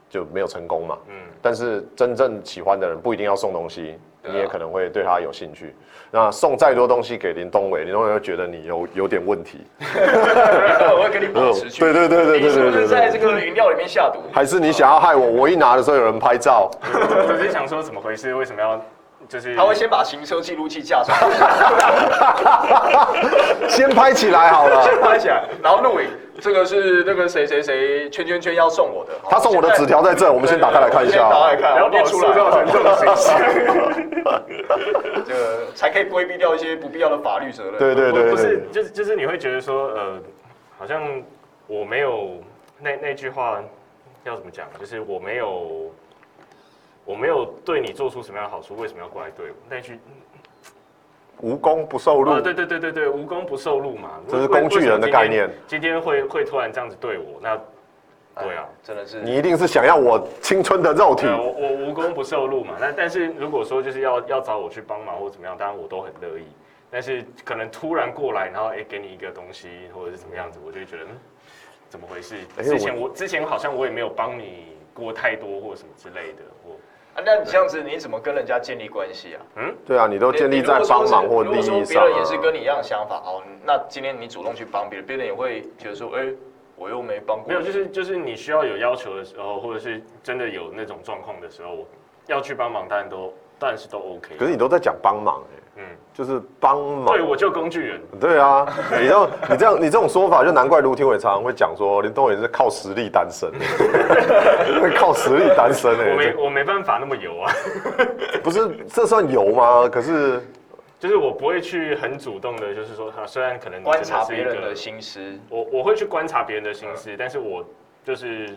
Speaker 1: 就没有成功嘛，
Speaker 2: 嗯，
Speaker 1: 但是真正喜欢的人不一定要送东西，
Speaker 3: 对啊
Speaker 1: 你也可能会对他有兴趣。那送再多东西给林东伟，林东伟会觉得你有有点问题。
Speaker 3: 我会跟你保持距
Speaker 1: 对
Speaker 3: 离。
Speaker 1: 对对嗯对
Speaker 3: 你
Speaker 1: 对
Speaker 3: 是
Speaker 1: 对
Speaker 3: 不是
Speaker 1: 对
Speaker 3: 在
Speaker 1: 对。
Speaker 3: 这个饮料里面下毒？
Speaker 1: 还是你想要害我？我一拿的时候有人拍照，
Speaker 2: 我只是想说怎么回事，为什么要就是
Speaker 3: 他会先把行车记录器架上，
Speaker 1: 先拍起来好了。
Speaker 3: 拍起来，然后录影。这个是那个谁谁谁圈圈圈要送我的，好
Speaker 1: 他送我的纸，条在这，我们先打开来看一
Speaker 3: *laughs* 现在
Speaker 1: 下
Speaker 3: 打开来
Speaker 1: 啊。
Speaker 3: 看，
Speaker 2: 不要
Speaker 3: 然
Speaker 2: 把
Speaker 3: 后念
Speaker 2: 我塑
Speaker 3: 出来，
Speaker 2: 造成这种形 *laughs* 象？
Speaker 3: 这个才可以规避掉一些不必要的法律责任。
Speaker 1: 对对
Speaker 2: 我
Speaker 1: 对
Speaker 2: 不
Speaker 1: 对
Speaker 2: 是
Speaker 1: 对，，
Speaker 2: 就是就是你会觉得说，呃，好像我没有那那句话要怎么讲？就是我没有，我没有对你做出什么样的好处，为什么要过来对我？那句
Speaker 1: 无功不受
Speaker 2: 啊，
Speaker 3: 呃
Speaker 1: 禄。
Speaker 2: 对对对对对，无功不受禄嘛，
Speaker 1: 这是
Speaker 2: 为
Speaker 1: 工具人的概念。
Speaker 2: 为什么今天今天会会突然这样子对我，那对啊，
Speaker 3: 真的是
Speaker 1: 你一定是想要我青春的肉体
Speaker 2: 对啊，。我我无功不受禄嘛。那但是如果说就是要要找我去帮忙或怎么样，当然我都很乐意。但是可能突然过来，然后哎、给你一个东西或者是怎么样子，我就会觉得嗯怎么回事？
Speaker 1: 哎
Speaker 2: 之前我之前好像我也没有帮你过太多或什么之类的。我
Speaker 3: 啊，那你这样子你怎么跟人家建立关系啊？
Speaker 1: 对啊，你都建立在帮忙或利益
Speaker 3: 如果说别
Speaker 1: 上
Speaker 3: 人也是
Speaker 1: 啊。
Speaker 3: 跟你一样的想法，哦，那今天你主动去帮别人，别人也会觉得说，哎、我又没帮过
Speaker 2: 没
Speaker 3: 你。
Speaker 2: 有，就是就是你需要有要求的时候，或者是真的有那种状况的时候，我要去帮忙，当然都当然是都 OK。
Speaker 1: 可是你都在讲帮忙，欸
Speaker 2: 嗯，
Speaker 1: 就是帮忙
Speaker 2: 对，。我就工具人。
Speaker 1: 对啊，你这样你这样你这种说法，就难怪卢廷伟常常会讲说林东伟是靠实力单
Speaker 3: *laughs*
Speaker 1: 身，靠实力单身
Speaker 2: 我
Speaker 1: 哎、
Speaker 2: 没我没办法那么油啊， *laughs*
Speaker 1: 这不是这算油吗？可是
Speaker 2: 就是我不会去很主动的，就是说，啊、虽然可能你
Speaker 3: 观
Speaker 2: 真的
Speaker 3: 察
Speaker 2: 是一
Speaker 3: 别人
Speaker 2: 个
Speaker 3: 的心思，
Speaker 2: 我我会去观察别人的
Speaker 1: 嗯
Speaker 2: 心思，但是我就是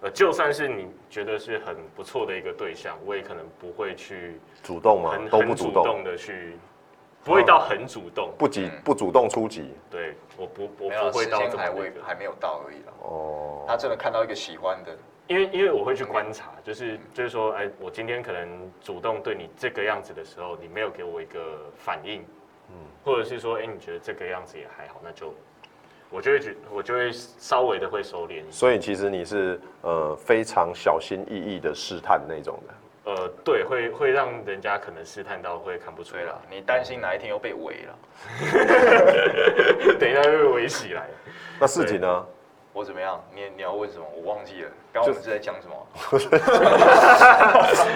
Speaker 2: 呃，就算是你觉得是很不错的一个对象，我也可能不会去
Speaker 1: 主动吗嗯
Speaker 2: 很？
Speaker 1: 都
Speaker 2: 很
Speaker 1: 不主动，
Speaker 2: 的去不会到很主动。
Speaker 1: 不急
Speaker 3: 嗯
Speaker 1: 不主动出击
Speaker 2: 对，我不我
Speaker 3: 没有啊
Speaker 2: 不
Speaker 3: 时
Speaker 2: 会到
Speaker 3: 间
Speaker 2: 这么
Speaker 3: 还
Speaker 2: 那
Speaker 3: 未
Speaker 2: 个，
Speaker 3: 还没有到而已啦。
Speaker 1: 哦，
Speaker 3: 他真的看到一个喜欢的，
Speaker 2: 因为因为我会去观察，
Speaker 3: 嗯
Speaker 2: 就是就是说，哎，我今天可能主动对你这个样子的时候，你没有给我一个反应，
Speaker 1: 嗯
Speaker 2: 或者是说，哎，你觉得这个样子也还好，那就我就会觉我就会稍微的会收敛一些。
Speaker 1: 所以其实你是呃非常小心翼翼的试探那种的。
Speaker 2: 呃，对，会会让人家可能试探到会看不出来
Speaker 3: 对。了，你担心哪一天又被围了，
Speaker 2: 等一下就被围起来。
Speaker 1: 那事情呢？
Speaker 3: 我怎么样？你你要问什么？我忘记了，刚刚我们是在讲
Speaker 1: *laughs*
Speaker 3: 什么？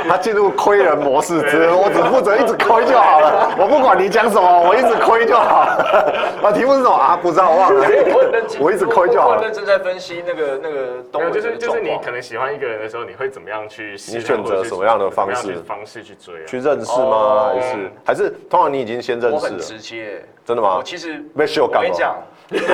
Speaker 1: 他进入亏人模式，只我只负责一直亏就好了，我不管你讲什么，我一直亏就好了。啊，题目是什么啊？不知道，我忘了。
Speaker 3: 我很认真，
Speaker 1: 我一直啊亏就好了
Speaker 3: 我很认真在分析那个那个
Speaker 2: 没
Speaker 3: 东
Speaker 2: 有，
Speaker 3: 北
Speaker 2: 就是就是你可
Speaker 3: 能
Speaker 2: 能喜欢一个人的时候，你会怎么样去试探
Speaker 1: 你选择
Speaker 2: 或者是
Speaker 1: 什么样的方式
Speaker 2: 怎么样去方式去追啊？
Speaker 1: 去认识吗？
Speaker 3: 哦
Speaker 1: 还是还是通常你已经先认
Speaker 3: 我
Speaker 1: 识
Speaker 3: 很
Speaker 1: 了？
Speaker 3: 直接，
Speaker 1: 真的吗
Speaker 3: 我其实
Speaker 1: 被秀
Speaker 3: 我
Speaker 1: 干
Speaker 3: 跟
Speaker 1: 嘛
Speaker 3: 你？讲，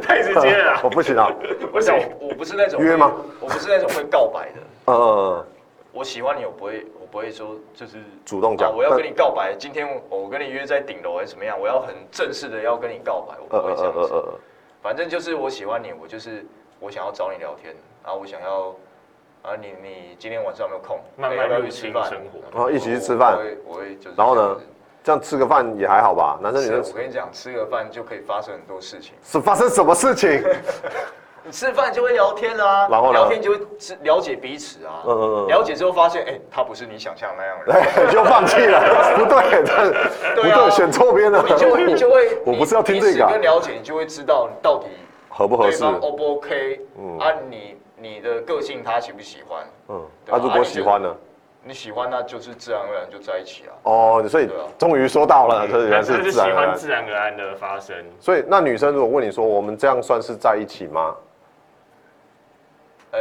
Speaker 2: *laughs* 太直接了
Speaker 1: *laughs* 我不行啊。
Speaker 3: 我 *laughs* 想我我不是那种
Speaker 1: 约
Speaker 3: 会
Speaker 1: 吗？
Speaker 3: 我不是那种会告白的。
Speaker 1: 嗯嗯，嗯
Speaker 3: 我喜欢你，我不会，我不会说就是
Speaker 1: 主动讲
Speaker 3: 啊我要
Speaker 1: 但
Speaker 3: 跟你告白，今天我我跟你约在顶楼还是怎么样？我要很正式的要跟你告白，我不
Speaker 1: 呃
Speaker 3: 会
Speaker 1: 呃
Speaker 3: 这
Speaker 1: 呃
Speaker 3: 样
Speaker 1: 呃
Speaker 3: 子。
Speaker 1: 呃，
Speaker 3: 反正就是我喜欢你，我就是我想要找你聊天，然后我想要啊你你今天晚上有没有空？
Speaker 2: 慢慢
Speaker 3: 哎要不要
Speaker 2: 入
Speaker 3: 去吃
Speaker 2: 侵
Speaker 3: 饭？
Speaker 2: 生活
Speaker 1: *laughs* 然后一起去吃饭
Speaker 3: 我我会我会就是
Speaker 1: 然后
Speaker 3: 这样
Speaker 1: 呢
Speaker 3: 子？
Speaker 1: 这样吃个饭也还好吧？男生女生
Speaker 3: 是，我跟你讲，吃个饭就可以发生很多事情。
Speaker 1: 是发生什么事情？
Speaker 3: 你吃饭就会聊天啦、
Speaker 1: 然后呢
Speaker 3: 聊天就会知了解彼此啊。
Speaker 1: 嗯嗯嗯
Speaker 3: 了解之后发现，哎、他不是你想象那样的人，
Speaker 1: 哎，就放弃了，不对，这不
Speaker 3: 对啊
Speaker 1: 对，选错边了。
Speaker 3: 你就会你就会，
Speaker 1: 我不是要听
Speaker 3: 你
Speaker 1: 这个啊
Speaker 3: 彼此跟了解，你就会知道到底
Speaker 1: 合不合
Speaker 3: 对
Speaker 1: 适？
Speaker 3: 方 O 不 OK，、啊你你的个性他喜不喜欢？
Speaker 1: 嗯，
Speaker 3: 对
Speaker 1: 那
Speaker 3: 啊
Speaker 1: 如果喜欢呢？
Speaker 3: 你喜欢那就是自然而然就在一起啊。
Speaker 1: 哦，所以
Speaker 3: 对啊
Speaker 1: 终于说到了，这原来
Speaker 2: 他就是
Speaker 1: 自
Speaker 2: 是喜
Speaker 1: 然而
Speaker 2: 欢
Speaker 1: 然。
Speaker 2: 自然而然的发生。
Speaker 1: 所以那女生如果问你说，我们这样算是在一起吗？
Speaker 3: 呃、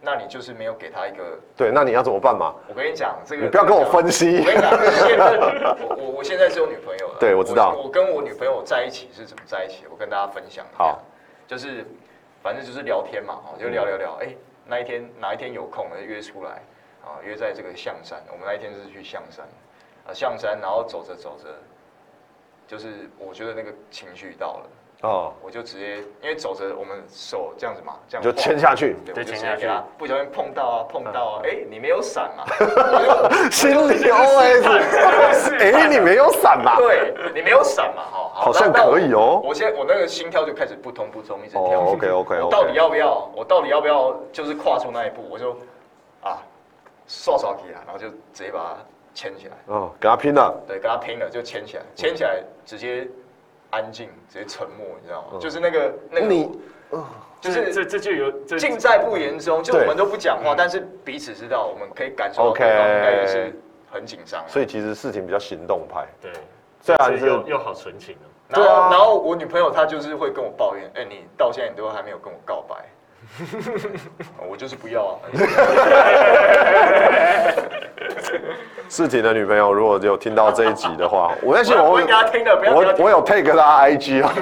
Speaker 3: 那你就是没有给他一个，
Speaker 1: 对，那你要怎么办嘛？
Speaker 3: 我跟你讲这个，
Speaker 1: 你不要跟我
Speaker 3: 这个
Speaker 1: 分析
Speaker 3: 我。跟你讲，现在
Speaker 1: *laughs*
Speaker 3: 我我我现在是有女朋友了。
Speaker 1: 对我知道
Speaker 3: 我跟我女朋友在一起是怎么在一起的？我跟大家分享一下。
Speaker 1: 好，嗯
Speaker 3: 就是反正就是聊天嘛，哦，就聊聊聊。哎、那一天哪一天有空了约出来啊、约在这个象山。我们那一天是去象山啊，象山，然后走着走着，就是我觉得那个情绪到了，
Speaker 1: 哦，
Speaker 3: 我就直接因为走着我们手这样子嘛，这样
Speaker 1: 你就
Speaker 3: 晃
Speaker 1: 签下去，
Speaker 3: 对，我
Speaker 2: 对
Speaker 3: 就
Speaker 2: 牵
Speaker 3: 直
Speaker 2: 下去嗯
Speaker 3: 接给他不小心碰到啊，碰到啊，哎、你没有闪
Speaker 2: *laughs*
Speaker 3: 啊，我就
Speaker 1: 心
Speaker 3: *laughs*
Speaker 1: 里 OS，哎，你没有闪吧？
Speaker 3: 对你没有闪嘛，哈，
Speaker 1: 好像
Speaker 3: 那那我
Speaker 1: 可以哦
Speaker 3: 我现在我那个心跳就开始扑通扑通一直跳。
Speaker 1: 哦，OK，OK，OK
Speaker 3: 我到底要不要？我到底要不要？就是跨出那一步，我就啊，刷刷起来，然后就直接把它牵起来，
Speaker 1: 哦，跟他拼了，
Speaker 3: 对，跟他拼了，就牵起来，牵起来直接安静，直接沉默，你知道吗？就是那个那个，
Speaker 1: 嗯
Speaker 3: 呃
Speaker 1: 你
Speaker 3: 就
Speaker 2: 这这
Speaker 3: 是
Speaker 2: 这就有这
Speaker 3: 尽在不言中，就
Speaker 1: 对嗯
Speaker 3: 我们都不讲话，但是彼此知道，我们可以感受到
Speaker 1: OK
Speaker 3: 对方应该也是很紧张的。
Speaker 1: 所以其实事情比较行动派，
Speaker 2: 对，
Speaker 1: 虽然
Speaker 2: 就是又又好纯情哦。
Speaker 3: 然
Speaker 1: 对啊
Speaker 3: 后，然后我女朋友她就是会跟我抱怨，哎、你到现在你都还没有跟我告
Speaker 1: *laughs*
Speaker 3: 白，我就是不要啊。
Speaker 1: 事情的女朋友如果有听到这一集的
Speaker 3: *laughs*
Speaker 1: 话，我相信
Speaker 3: 我
Speaker 1: 我
Speaker 3: 不会给她听的，不要给她
Speaker 1: 我
Speaker 3: 听，
Speaker 1: 我有 take 他 IG 啊，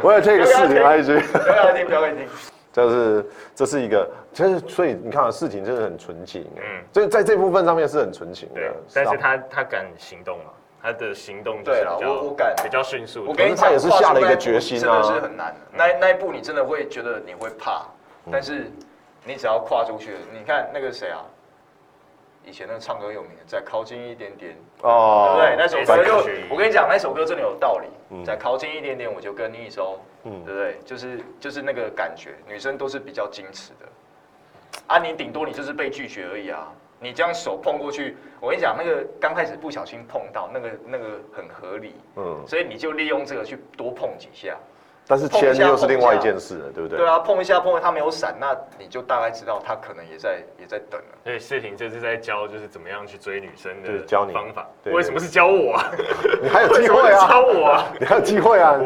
Speaker 1: *laughs* 我有 take 事情的 IG。
Speaker 3: 不要给她听，不要给她听。
Speaker 1: 就是这是一个，其实所以你看啊，事情真的很纯情，嗯
Speaker 2: 嗯，
Speaker 1: 所以在这部分上面是很纯情的
Speaker 2: 对，，但是
Speaker 1: 吧
Speaker 2: 他他敢行动嘛？他的行动就是
Speaker 3: 对啦
Speaker 2: 比较
Speaker 3: 我我敢
Speaker 2: 比较迅速。
Speaker 3: 我跟你
Speaker 1: 可是她
Speaker 3: 讲，
Speaker 1: 也是
Speaker 3: 跨出
Speaker 1: 下了一个
Speaker 3: 那步
Speaker 1: 决心啊嗯
Speaker 3: 真的是很难的。那那一步你真的会觉得你会怕，但是你只要跨出去了，你看那个谁啊，以前那个唱歌有名的，再靠近一点点，
Speaker 1: 哦，
Speaker 3: 对，那首歌就
Speaker 2: 再去
Speaker 3: 我跟你讲，那首歌真的有道理。
Speaker 1: 嗯
Speaker 3: 再靠近一点点，我就跟你一周，对不对？就是就是那个感觉，女生都是比较矜持的。啊，你顶多你就是被拒绝而已啊。你这样手碰过去，我跟你讲，那个刚开始不小心碰到，那个那个很合理，
Speaker 1: 嗯，
Speaker 3: 所以你就利用这个去多碰几下。
Speaker 1: 但是签又是另外一件事了，对不对？
Speaker 3: 对啊，碰一下碰一下，他没有闪，那你就大概知道他可能也在也在等了。
Speaker 2: 所以视频就是在教，就是怎么样去追女生
Speaker 1: 对
Speaker 2: 的
Speaker 1: 教你
Speaker 2: 方法。
Speaker 1: 对
Speaker 2: 为什么是教我
Speaker 1: *laughs*
Speaker 2: 啊？
Speaker 1: 你还有
Speaker 2: 为
Speaker 1: 机
Speaker 2: 什么
Speaker 1: 会
Speaker 2: 是
Speaker 1: 啊
Speaker 2: 教，我啊？ *laughs*
Speaker 1: 你还有机会啊，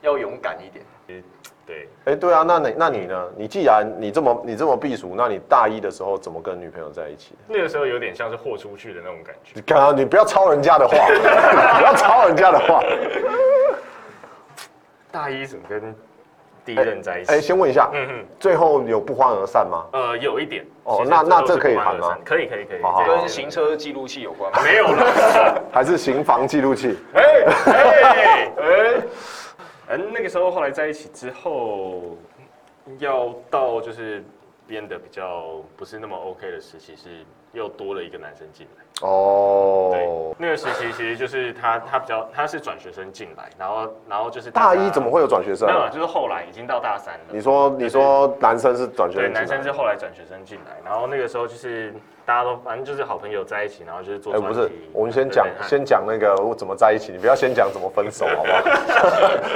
Speaker 3: 要勇敢一点。
Speaker 2: 对，
Speaker 1: 哎，对啊，那你那你呢？你既然你这么你这么避暑，那你大一的时候怎么跟女朋友在一起？
Speaker 2: 那个时候有点像是豁出去的那种感觉。
Speaker 1: 你看啊，你不要抄人
Speaker 2: *laughs*
Speaker 1: 家的话，不要抄人家的话，
Speaker 2: 大一怎么跟第一任在一起。
Speaker 1: 哎，先问一下，
Speaker 2: 嗯
Speaker 1: 最后有不欢而散吗？
Speaker 2: 嗯，呃，有一点。
Speaker 1: 哦
Speaker 2: 其实
Speaker 1: 那那
Speaker 2: 都
Speaker 1: 这
Speaker 2: 是
Speaker 1: 可以
Speaker 2: 不欢而
Speaker 1: 谈吗
Speaker 2: 散？可以可以可以。
Speaker 1: 好好
Speaker 2: 这个
Speaker 1: 好
Speaker 3: 跟行车记录器有关吗？
Speaker 2: 没有了。
Speaker 1: 还是刑房记录器？
Speaker 2: 哎哎哎！嗯，那个时候后来在一起之后，要到就是变得比较不是那么 OK 的时期，是又多了一个男生进来。
Speaker 1: 哦
Speaker 2: 对，，那个时期其实就是他，他比较他是转学生进来，然后然后就是
Speaker 1: 大一怎么会有转学生啊
Speaker 2: 没？有啦，就是后来已经到大三了。
Speaker 1: 你说，你说男生是转学
Speaker 2: 对，
Speaker 1: 生进来，
Speaker 2: 男生是后来转学生进来，然后那个时候就是大家都反正就是好朋友在一起，然后就是做
Speaker 1: 哎，
Speaker 2: 专
Speaker 1: 不
Speaker 2: 题。
Speaker 1: 是，我们先讲
Speaker 2: 对对对
Speaker 1: 先讲那个我怎么在一起，你不要先讲怎么分手，好不好？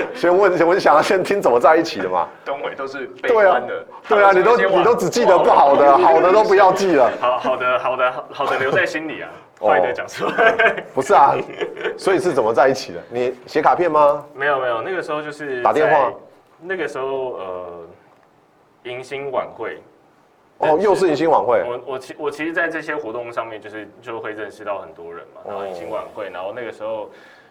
Speaker 1: *laughs* 先问，我就想要先听怎么在一起的嘛。
Speaker 3: 东伟都是悲
Speaker 1: 对啊
Speaker 3: 观的，，
Speaker 1: 对啊，你都
Speaker 3: 他们是
Speaker 1: 你都只记得
Speaker 3: 哇
Speaker 1: 不好的，好的都不要记了。
Speaker 2: 哎好好的好的好好的留在心里啊，
Speaker 1: *laughs* 哦
Speaker 2: 坏的讲出来。 *laughs*
Speaker 1: 不是 *laughs* 啊，所以是怎么在一起的？你写卡片吗？
Speaker 2: 没有没有，那个时候就是
Speaker 1: 打电话
Speaker 2: 在。那个时候呃，迎新晚会，
Speaker 1: 哦，又是迎新晚会，
Speaker 2: 我我其我其实，在这些活动上面，就是就会认识到很多人嘛，然后迎新晚会，然后那个时候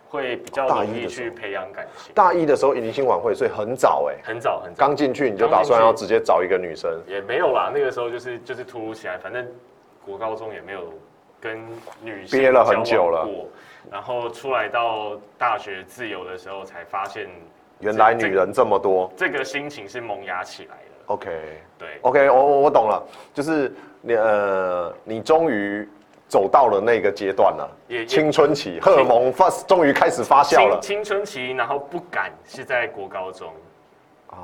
Speaker 2: 会比较
Speaker 1: 哦大一
Speaker 2: 容易
Speaker 1: 的时候
Speaker 2: 去培养感情。
Speaker 1: 大一的时候迎新晚会，所以很早哎、
Speaker 2: 很早很早，
Speaker 1: 刚进去你就打算要直接找一个女生，
Speaker 2: 也没有啦，那个时候就是就是突如其来，反正国高中也没有跟女性
Speaker 1: 憋了很久了
Speaker 2: 交往过，然后出来到大学自由的时候才发现，
Speaker 1: 原来女人这么多。
Speaker 2: 这个心情是萌芽起来的。
Speaker 1: OK
Speaker 2: 对，
Speaker 1: OK，我我我懂了，就是你呃，你终于走到了那个阶段了
Speaker 2: 也，也
Speaker 1: 青春期荷尔蒙发终于开始发酵
Speaker 2: 青
Speaker 1: 了，
Speaker 2: 青春期，然后不敢是在国高中，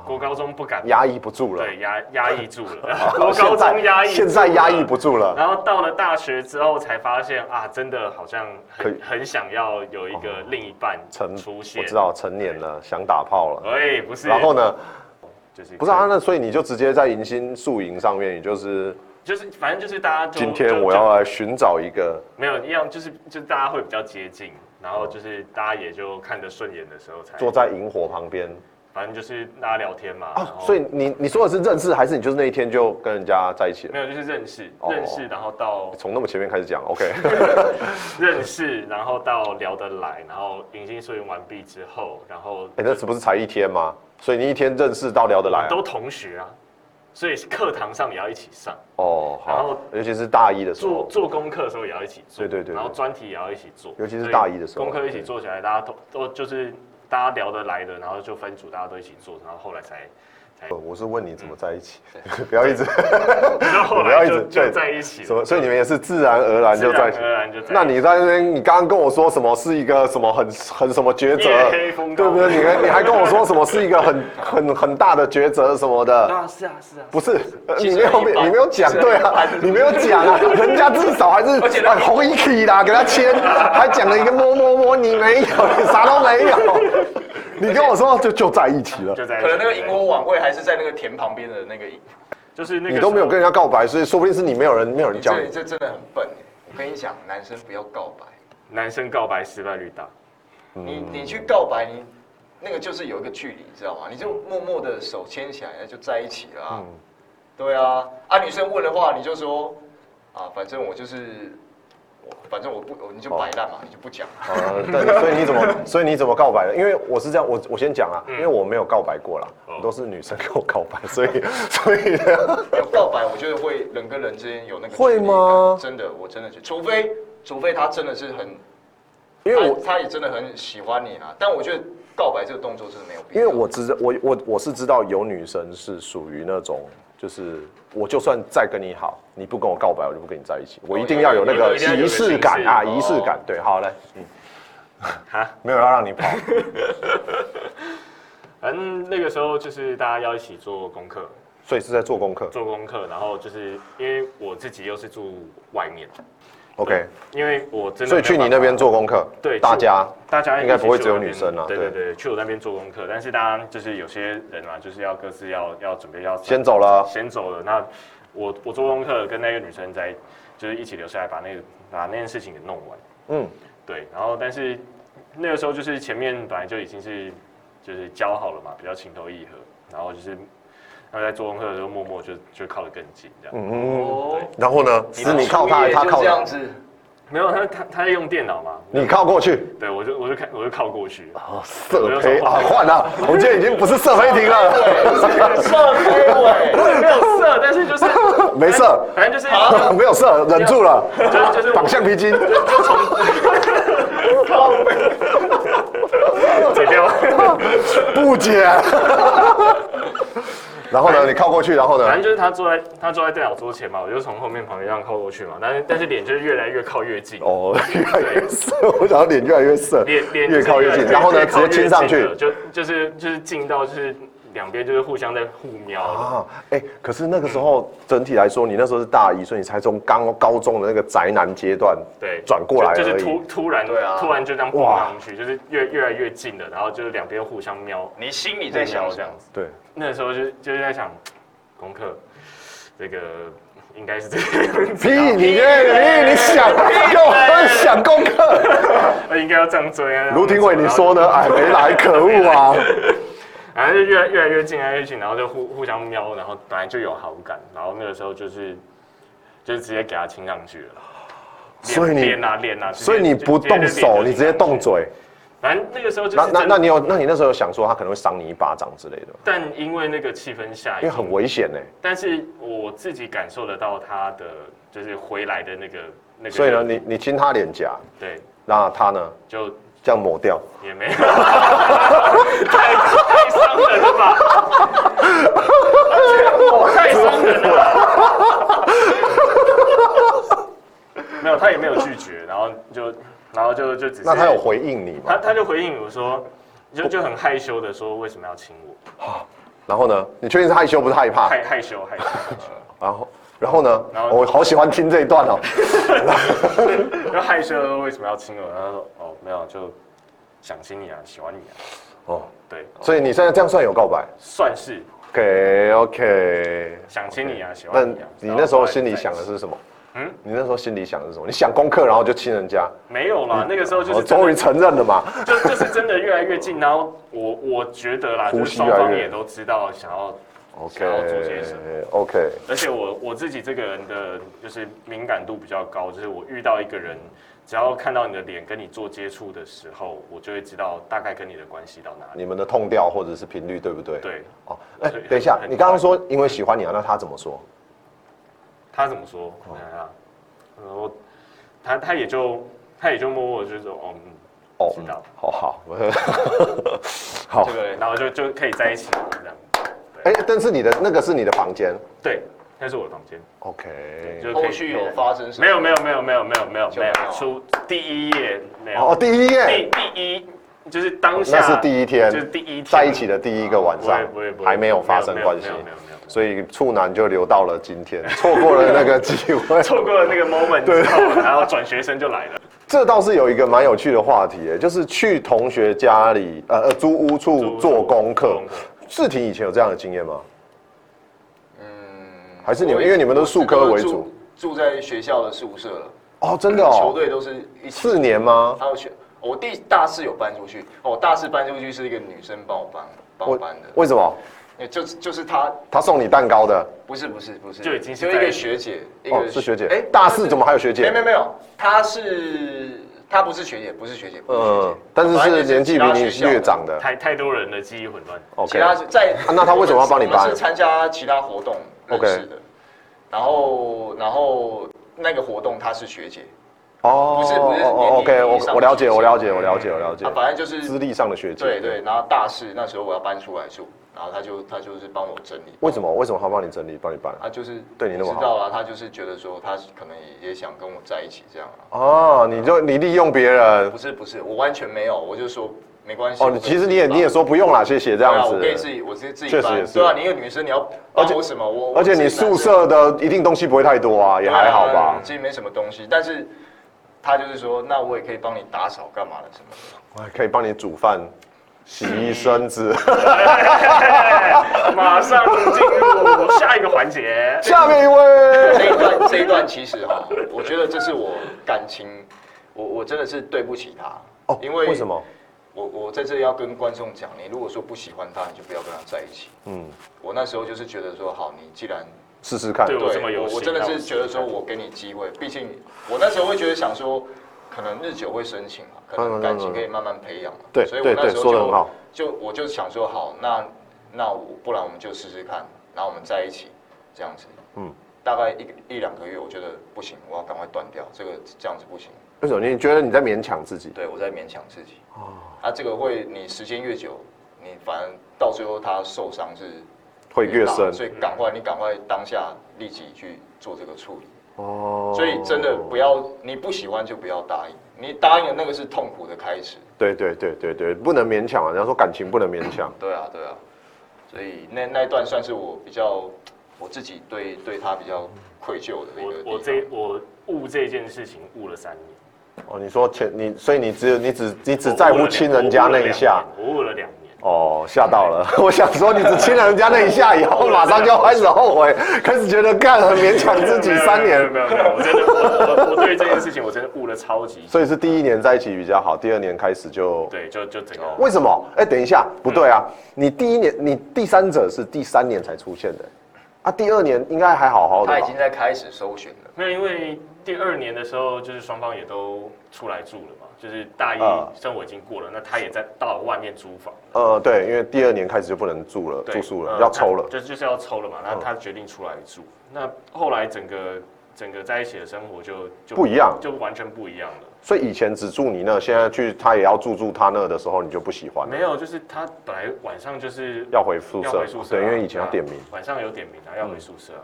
Speaker 2: 国高中不敢，
Speaker 1: 哦压抑不住了。
Speaker 2: 对压压抑住
Speaker 1: *laughs*
Speaker 2: 了，国 *laughs* 高中压抑，
Speaker 1: 现在压抑不。住了。
Speaker 2: 然后到了大学之后，才发现啊，真的好像
Speaker 1: 可
Speaker 2: 很
Speaker 1: 以哦
Speaker 2: 很想要有一个另一半
Speaker 1: 成
Speaker 2: 出现。
Speaker 1: 我知，道成年了，想打炮了。
Speaker 2: 哎，不是。
Speaker 1: 然后呢？
Speaker 2: 就是
Speaker 1: 不是啊，那所以你就直接在迎新宿营上面，也就是
Speaker 2: 就是反正就是大家就
Speaker 1: 今天
Speaker 2: 就
Speaker 1: 我要来寻找一个
Speaker 2: 就没有一样，就是就是大家会比较接近，然后就是大家也就看得顺眼的时候才
Speaker 1: 坐，在萤火旁边
Speaker 2: 反正就是大家聊天嘛。然
Speaker 1: 啊。
Speaker 2: 后
Speaker 1: 所以你你说的是认识，还是你就是那一天就跟人家在一起
Speaker 2: 没
Speaker 1: 了？
Speaker 2: 有就是认识
Speaker 1: 哦
Speaker 2: 认识，然后
Speaker 1: *laughs*
Speaker 2: 到
Speaker 1: 从那么前面开始讲，OK？
Speaker 2: 认识，然后到聊得来，然后迎新宿营完毕之后，然后
Speaker 1: 哎，那这不是才一天吗？所以你一天认识到聊得来啊
Speaker 2: 都同学啊，所以课堂上也要一起上，
Speaker 1: 哦，
Speaker 2: 然
Speaker 1: 好
Speaker 2: 后，
Speaker 1: 尤其是大一的时
Speaker 2: 做
Speaker 1: 候，
Speaker 2: 做功课的时候也要一起做，
Speaker 1: 对对对对
Speaker 2: 然后专题也要一起做，
Speaker 1: 尤其是
Speaker 2: 所以
Speaker 1: 大一的时候
Speaker 2: 功课一起做起来，大家都都就是大家聊得来的，然后就分组，大家都一起做，然后后来
Speaker 1: *laughs*
Speaker 2: 才才，
Speaker 1: 我是问你怎么在一起，
Speaker 2: 嗯
Speaker 1: *laughs* 不要一直
Speaker 2: 然后后
Speaker 1: 不要
Speaker 2: 来
Speaker 1: 一
Speaker 2: 就
Speaker 1: 直
Speaker 2: 就
Speaker 1: 对
Speaker 2: 在一
Speaker 1: *laughs*
Speaker 2: 起
Speaker 1: 什么，
Speaker 2: 了，
Speaker 1: 所以你们也是自然而然就在一起
Speaker 2: 自。然而然就在一起
Speaker 1: 那你在那边，你刚刚跟我说什么是一个什么很很什么抉
Speaker 2: 夜黑
Speaker 1: 择，
Speaker 2: 风
Speaker 1: 对
Speaker 2: 高
Speaker 1: 不对？你还你还跟我说什么是一个很很很大的抉择什么的，
Speaker 2: 啊是啊是啊，
Speaker 1: 不是？呃
Speaker 3: 其
Speaker 1: 你
Speaker 3: 实
Speaker 1: 没有
Speaker 3: 很一般
Speaker 1: 你没有讲
Speaker 3: 其实很
Speaker 1: 对
Speaker 3: 一
Speaker 1: 啊
Speaker 3: 般，
Speaker 1: 你没有讲啊，人家至少还是
Speaker 3: 而且他
Speaker 1: 哎红一 K 啦，给他签，还讲了一个么么么，你没有，你啥都没有，你跟我说就就在一起了。
Speaker 2: 就在一起
Speaker 3: 可能那个萤火晚会还是在那个田旁边的那个萤，
Speaker 2: 就是那个
Speaker 1: 你都没有跟
Speaker 2: 时
Speaker 1: 人家告白，所以说不定是你没有人没有人教
Speaker 3: 这
Speaker 1: 你。
Speaker 3: 这真的很笨欸。我跟你讲，男生不要告白，
Speaker 2: 候男生告白失败率大，
Speaker 1: 嗯
Speaker 3: 你你去告白，你那个就是有一个距离，你知道吗？你就默默的手牵起来，那就在一起了啊。
Speaker 1: 嗯
Speaker 3: 对啊，啊，女生问的话，你就说啊，反正我就是，我反正我不，我你就摆烂嘛，你就不讲。
Speaker 1: 呃，但所以你怎
Speaker 2: *laughs*
Speaker 1: 么，所以你怎么告白的？因为我是这样，我我先讲啊，因为我没有告白过啦，
Speaker 2: 嗯哦
Speaker 1: 都是女生跟我告白，所以 *laughs* 所以呢
Speaker 3: *laughs* 有告白，我觉得会人跟人之间有那个
Speaker 1: 会
Speaker 3: 距离
Speaker 1: 吗
Speaker 3: 感真的，我真的觉得，除非除非他真的是很，
Speaker 1: 因为
Speaker 2: 哎
Speaker 1: 我
Speaker 3: 他他也真的很喜欢你啦。但我觉得告白这个动作真的没有必
Speaker 1: 因
Speaker 3: 要。
Speaker 1: 为我知道我我我是知道有女生是属于那种，就是我就算再跟你好，你不跟我告白，我就不跟你在一起，我一定要有那个
Speaker 2: 一定哦要有哦
Speaker 1: 仪式感啊，仪式感。对，好来，嗯，
Speaker 2: 哈
Speaker 1: 没有要让你跑，
Speaker 2: 反正那个时候就是大家要一起做功课，
Speaker 1: 所以是在做功
Speaker 2: *laughs*
Speaker 1: 课。
Speaker 2: 做功课，然后就是因为我自己又是住外面，
Speaker 1: OK，
Speaker 2: 因为我真的
Speaker 1: 所以去
Speaker 2: 没
Speaker 1: 你
Speaker 2: 有办法
Speaker 1: 那边做功课，
Speaker 2: 对
Speaker 1: 大家
Speaker 2: 大家一起
Speaker 1: 应该不会
Speaker 2: 去
Speaker 1: 只有
Speaker 2: 我那边
Speaker 1: 女生啊
Speaker 2: 对
Speaker 1: 对
Speaker 2: 对对，去我那边做功课，但是大家就是有些人啊，就是要各自要要准备要
Speaker 1: 先走了。
Speaker 2: 先走了。那我我做功课跟那个女生在就是一起留下来把那个把那件事情给弄完。
Speaker 1: 嗯，
Speaker 2: 对，然后但是那个时候就是前面本来就已经是就是交好了嘛，比较情投意合，然后就是然后在做功课的时候默默就就靠得更近这样。
Speaker 1: 嗯，
Speaker 3: 哦，
Speaker 1: 然后呢，是
Speaker 3: 你的
Speaker 1: 你靠
Speaker 3: 初
Speaker 1: 他，
Speaker 3: 夜
Speaker 1: 他
Speaker 3: 就
Speaker 1: 靠
Speaker 3: 这
Speaker 2: *laughs*
Speaker 3: 样
Speaker 1: 你。
Speaker 3: 子，
Speaker 2: 没有，他他他在用电脑嘛，
Speaker 1: 你靠过去，
Speaker 2: 对我就我就看我就靠
Speaker 1: *laughs*
Speaker 2: 过去，
Speaker 1: 哦，色胚啊，换了，我们今天已经不是色胚庭了，
Speaker 3: 社推尾，
Speaker 2: 没有色，但是就是
Speaker 1: 没色，
Speaker 2: 反正就是
Speaker 1: 没有色，忍住了，
Speaker 2: 就是就是
Speaker 1: 绑橡皮筋，*laughs*
Speaker 2: 解掉，
Speaker 1: 不解。然后呢，你靠过去，然后
Speaker 2: 反
Speaker 1: 呢
Speaker 2: 正，就是他坐在他坐在电脑桌前嘛，我就从后面旁边这样靠过去嘛，但是但是脸就是越来越靠越近，
Speaker 1: 哦，越来越色，我想要脸越来越色，
Speaker 2: 脸脸
Speaker 1: 越靠越近，然后呢，直接亲上去
Speaker 2: 了，就就是就是近到就是两边就是互相在互瞄的，
Speaker 1: 啊，哎，可是那个时候整体来说，你那时候是大一，所以你才从刚高中的那个宅男阶段，
Speaker 2: 对，
Speaker 1: 转过来
Speaker 2: 就就
Speaker 1: 而
Speaker 2: 是
Speaker 1: 已
Speaker 2: 突突然
Speaker 3: 对啊
Speaker 2: 突然就这样碰
Speaker 1: 哇
Speaker 2: 上去，就是越越来越近了，然后就是两边互相瞄，
Speaker 3: 你心里在想
Speaker 2: 互瞄
Speaker 3: 什
Speaker 2: 这
Speaker 3: 么
Speaker 2: 样？子，
Speaker 1: 对，
Speaker 2: 那时候就就是在想功课这个。应该是这个样子 *laughs*
Speaker 1: 屁，你你你想，跟我想功课。
Speaker 2: 应该要这样追啊。
Speaker 1: 卢廷伟，你说呢？哎，没来，可恶啊！
Speaker 2: 然后就越来越来越近，越来越近，然后就互互相瞄，然后本来就有好感，然后那个时候就是就直接给他亲上去了。脸
Speaker 1: 所以你
Speaker 2: 脸啊脸啊，直接
Speaker 1: 所以你不动手，你直接动。
Speaker 2: 就就脸就亲上去
Speaker 1: 嘴。
Speaker 2: 反正那个时候就
Speaker 1: 那
Speaker 2: 是
Speaker 1: 那
Speaker 2: 真
Speaker 1: 那你有，那你那时候有想说他可能会赏你一巴掌之类的吗，
Speaker 2: 但因为那个气氛下，
Speaker 1: 因为很危险欸呢。
Speaker 2: 但是我自己感受得到他的就是回来的那个那个。
Speaker 1: 所以呢，你你亲他脸颊，
Speaker 2: 对
Speaker 1: 那他呢
Speaker 2: 就
Speaker 1: 这样抹掉，
Speaker 2: 也没有， *laughs* 太太伤人了吧？我太伤人了吧。没有，他也没有拒绝，然后就，然后就就只是
Speaker 1: 那他有回应你
Speaker 2: 他
Speaker 1: 吗？
Speaker 2: 他就回应我说，就就很害羞的说为什么要亲我？
Speaker 1: 然后呢？你确定是害羞不是害怕？
Speaker 2: 害害羞害羞。
Speaker 1: 然后然后呢
Speaker 2: 然？后
Speaker 1: 我好喜欢听这一段哦。
Speaker 2: 就害羞了，为什么要亲我？然后他说哦没有，就想亲你啊，喜欢你啊，
Speaker 1: 哦，
Speaker 2: 对，
Speaker 1: 所以你现在这样算有告白
Speaker 2: 算是
Speaker 1: ？OK OK。
Speaker 2: 想亲你啊，喜
Speaker 1: 那
Speaker 2: 欢你啊。
Speaker 1: 你那时候心里
Speaker 2: 然后后
Speaker 1: 想
Speaker 2: 来在一
Speaker 1: 的
Speaker 2: 起
Speaker 1: 是什么？嗯
Speaker 2: 嗯，
Speaker 1: 你那时候心里想的是什么？你想功课，然后就亲人家，
Speaker 2: 没有啦，那个时候就
Speaker 1: 我
Speaker 2: 是真的
Speaker 1: 哦终于承认了嘛。
Speaker 2: *laughs* 就就是真的越来越近，然后我我觉得啦，
Speaker 1: 呼
Speaker 2: 就是
Speaker 1: 吸
Speaker 2: 双
Speaker 1: 越来
Speaker 2: 方
Speaker 1: 越
Speaker 2: 也都知道想要，
Speaker 1: OK
Speaker 2: 想要做些什么
Speaker 1: OK，
Speaker 2: 而且我我自己这个人的就是敏感度比较高，就是我遇到一个人，只要看到你的脸跟你做接触的时候，我就会知道大概跟你的关系到哪里。
Speaker 1: 你们的痛调或者是频率对不对？。
Speaker 2: 对
Speaker 1: 哦，哎、
Speaker 2: 所以
Speaker 1: 等一下
Speaker 2: 很，很
Speaker 1: 你刚刚说因为喜欢你啊，那他怎么说？
Speaker 2: 他怎么说？
Speaker 1: 哦
Speaker 2: 我想想，然后他他也就他也就默默地就是说哦，嗯
Speaker 1: 哦，
Speaker 2: 知道
Speaker 1: 好好， *laughs* 好
Speaker 3: 这。个
Speaker 2: 嗯然后就就可以在一起了这样。
Speaker 1: 哎、但是你的那个是你的房间
Speaker 2: 对，那是我的房间，
Speaker 1: ，OK。
Speaker 2: 就是可以
Speaker 3: 后续有发生什么？
Speaker 2: 哦没有没有没有没有没有没有
Speaker 3: 就
Speaker 2: 没
Speaker 3: 没有
Speaker 2: 有出第一页没有
Speaker 1: 哦，第一
Speaker 2: 第
Speaker 1: 页，
Speaker 2: 第一就是当
Speaker 1: 那
Speaker 2: 下，
Speaker 1: 是第一天，
Speaker 2: 就是第一天
Speaker 1: 在一起的第一个晚
Speaker 2: 啊不
Speaker 1: 上
Speaker 2: 会不会不，会，
Speaker 1: 还没有发生
Speaker 2: 没有
Speaker 1: 关系
Speaker 2: 没，有没有没有，没有
Speaker 1: 所以处男就留到了今
Speaker 2: *laughs*
Speaker 1: 天，错过了那个机会。
Speaker 2: 错过了那个 moment 之后，然后转学生就来了，
Speaker 1: 这倒是有一个蛮有趣的话题耶，就是去同学家里，呃呃，租屋
Speaker 2: 租
Speaker 1: 处做
Speaker 2: 屋处
Speaker 1: 功
Speaker 2: 做
Speaker 1: 课
Speaker 2: 功课。
Speaker 1: 志廷以前有这样的经验吗？
Speaker 3: 嗯，
Speaker 1: 还是你们因为你们都是数科为主
Speaker 3: 我住，住在学校的宿舍了，
Speaker 1: 哦，真的
Speaker 3: 球
Speaker 1: 哦，
Speaker 3: 队都是一起。
Speaker 1: 四年吗？
Speaker 3: 还有学，我弟大四有搬出去，哦，我大四搬出去是一个女生帮我搬帮我搬的，
Speaker 1: 为什么？
Speaker 3: 因为就是就是她，
Speaker 1: 他送你蛋糕的
Speaker 3: 不是不是不是，
Speaker 2: 就已经是
Speaker 3: 就一
Speaker 2: 在
Speaker 3: 个
Speaker 2: 一起
Speaker 3: 学姐，一
Speaker 1: 哦
Speaker 3: 个，
Speaker 1: 是学姐。
Speaker 3: 哎，
Speaker 1: 大四怎么还有学
Speaker 3: 没有
Speaker 1: 姐
Speaker 3: 没？有没有，她是她不是学姐，不是学姐，不是学姐
Speaker 1: 嗯，，但是
Speaker 3: 反
Speaker 1: 是
Speaker 3: 正就
Speaker 1: 年纪比你略长的。
Speaker 2: 太太多人的记忆
Speaker 1: *laughs*
Speaker 2: 混乱，
Speaker 1: OK
Speaker 3: 其。他学校的，其他在
Speaker 1: 啊那她为什么要帮你搬
Speaker 3: 我们是参加其他活动认识的，然后然后那个活动她是学姐，
Speaker 1: 哦
Speaker 3: 不是不是
Speaker 1: 哦哦
Speaker 3: 年
Speaker 1: ，OK，
Speaker 3: 龄
Speaker 1: 我
Speaker 3: 以上
Speaker 1: 我了解，
Speaker 3: 的
Speaker 1: 我了解，
Speaker 3: 学
Speaker 1: 我了解，我了解
Speaker 3: 啊，。反正就是
Speaker 1: 资历上的学姐。
Speaker 3: 对对，。然后大四那时候我要搬出来住，然后他就他就是帮我整理，
Speaker 1: 为什么？为什么他帮你整理，帮你搬？
Speaker 3: 他就是
Speaker 1: 对你那么好
Speaker 3: 知道啊，他就是觉得说他可能也也想跟我在一起这样啊，
Speaker 1: 哦，你就你利用别人
Speaker 3: 不。是不是，我完全没有，我就说没关系。
Speaker 1: 哦，
Speaker 3: 我可
Speaker 1: 你
Speaker 3: 以
Speaker 1: 其实
Speaker 3: 自己
Speaker 1: 你也
Speaker 3: 搬
Speaker 1: 你也说不用啦，谢谢这
Speaker 3: 对
Speaker 1: 样
Speaker 3: 啊，
Speaker 1: 子。
Speaker 3: 我可以自己我自己自
Speaker 1: 确
Speaker 3: 己
Speaker 1: 实也
Speaker 3: 搬，
Speaker 1: 是
Speaker 3: 对啊，你一个女生你要
Speaker 1: 而
Speaker 3: 帮
Speaker 1: 且
Speaker 3: 我什么？我
Speaker 1: 而且你宿舍的一定东西不会太多啊，也还好吧。
Speaker 3: 其实没什么东西，但是他就是说，那我也可以帮你打扫干嘛的什么的。
Speaker 1: 我还可以帮你煮饭、洗
Speaker 3: *laughs*
Speaker 1: 衣、身子。。
Speaker 2: 马上进入下一个环节
Speaker 1: 下面一位，
Speaker 3: 这一段这一段其实哈，我觉得这是我感情，我我真的是对不起他。
Speaker 1: 哦
Speaker 3: 因为
Speaker 1: 为什么？
Speaker 3: 我我在这里要跟观众讲，你如果说不喜欢他，你就不要跟他在一起。
Speaker 1: 嗯，
Speaker 3: 我那时候就是觉得说，好，你既然
Speaker 1: 试试看
Speaker 2: 对。我这么
Speaker 3: 对，
Speaker 2: 有
Speaker 3: 我我
Speaker 2: 心
Speaker 3: 真的
Speaker 2: 让
Speaker 3: 是
Speaker 2: 我试
Speaker 3: 觉得
Speaker 2: 试
Speaker 3: 说
Speaker 2: 看
Speaker 3: 我给你机会，毕竟我那时候会觉得想说，可能日久会生情嘛，
Speaker 1: 嗯
Speaker 3: 可
Speaker 1: 嗯嗯
Speaker 3: 能感情
Speaker 1: 嗯
Speaker 3: 可以慢慢培养嘛。
Speaker 1: 对
Speaker 3: 所以
Speaker 1: 对
Speaker 3: 我那
Speaker 1: 对
Speaker 3: 时候
Speaker 1: 说得
Speaker 3: 就
Speaker 1: 很好
Speaker 3: 就我就想说，好，那那我不然我们就试试看，然后我们在一起这样子。
Speaker 1: 嗯
Speaker 3: 嗯，大概一个一两个月，我觉得不行，我要赶快断掉，这个这样子不行。
Speaker 1: 为什么？你觉得你在勉强自己？
Speaker 3: 对我在勉强自己。哦，啊，这个会你时间越久，你反而到最后他受伤是
Speaker 1: 会越
Speaker 3: 大
Speaker 1: 深
Speaker 3: 所以赶快你赶快当下立即去做这个处理。
Speaker 1: 哦
Speaker 3: 所以真的不要，你不喜欢就不要答应，你答应的那个是痛苦的开始。，
Speaker 1: 对对对对对，不能勉强啊！人家说感情不能勉强
Speaker 3: 对啊，对啊，所以那那一段算是我比较我自己对对他比较愧疚的一个地
Speaker 2: 我
Speaker 3: 方。
Speaker 2: 我这我悟这件事情悟了三年，
Speaker 1: 哦，你说前你，所以你只有你只你只
Speaker 2: 我
Speaker 1: 在
Speaker 2: 悟
Speaker 1: 乎
Speaker 2: 了两
Speaker 1: 亲人家那一下，
Speaker 2: 我悟了两年，
Speaker 1: 哦，吓到了！ *laughs* 我想说你只亲人家那一下
Speaker 2: *laughs*
Speaker 1: 以后，马上就开始后悔，开始觉得干很勉强自己三年，
Speaker 2: 没有没有没有，我真的我我我对这件事情我真的悟了超级，
Speaker 1: 所以是第一年在一起比较好，第二年开始就
Speaker 2: 对，就就整个
Speaker 1: 为什么？哎、等一下，不对
Speaker 2: 嗯
Speaker 1: 啊！你第一年，你第三者是第三年才出现的，啊，第二年应该还好好的
Speaker 3: 他已
Speaker 1: 吧
Speaker 3: 经？在开始搜寻了。
Speaker 2: 没有，因为第二年的时候，就是双方也都出来住了嘛，就是大一
Speaker 1: 啊
Speaker 2: 生活已经过了，那他也在到外面租房，
Speaker 1: 呃，对，因为第二年开始就不能住了，
Speaker 2: 对
Speaker 1: 住宿了，
Speaker 2: 呃
Speaker 1: 要抽了嗯
Speaker 2: 他。就就是要抽了嘛。那他决定出来住，那后来整个整个在一起的生活就就
Speaker 1: 不一样
Speaker 2: 就完全不一样了。
Speaker 1: 所以以前只住你那，现在去他也要住住他那的时候，你就不喜欢了
Speaker 2: 没有，就是他本来晚上就是
Speaker 1: 要回宿
Speaker 2: 要
Speaker 1: 舍
Speaker 2: 回，宿舍啊，
Speaker 1: 对，因为以前要点名。
Speaker 2: 那晚上有点名啊，要
Speaker 1: 嗯
Speaker 2: 回宿舍啊。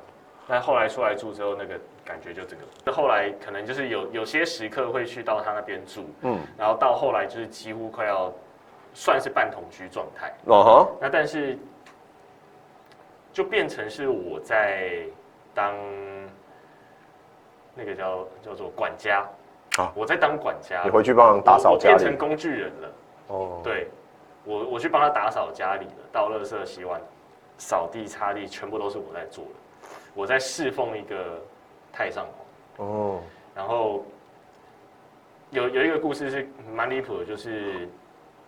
Speaker 2: 那后来出来住之后，那个感觉就整个，那后来可能就是有有些时刻会去到他那边住，
Speaker 1: 嗯
Speaker 2: 嗯，然后到后来就是几乎快要算是半同居状态。
Speaker 1: 哦哈，
Speaker 2: 那但是就变成是我在当那个叫叫做管家
Speaker 1: 啊
Speaker 2: 我在当管家，
Speaker 1: 你回去帮人打
Speaker 2: 我
Speaker 1: 扫
Speaker 2: 我
Speaker 1: 家
Speaker 2: 变成
Speaker 1: 里。
Speaker 2: 工具人了。
Speaker 1: 哦，
Speaker 2: 对，我我去帮他打扫家里了，倒垃圾、洗碗、扫地、擦地，全部都是我在做的。我在侍奉一个太上皇。
Speaker 1: 哦，
Speaker 2: 然后有有一个故事是蛮离谱的，就是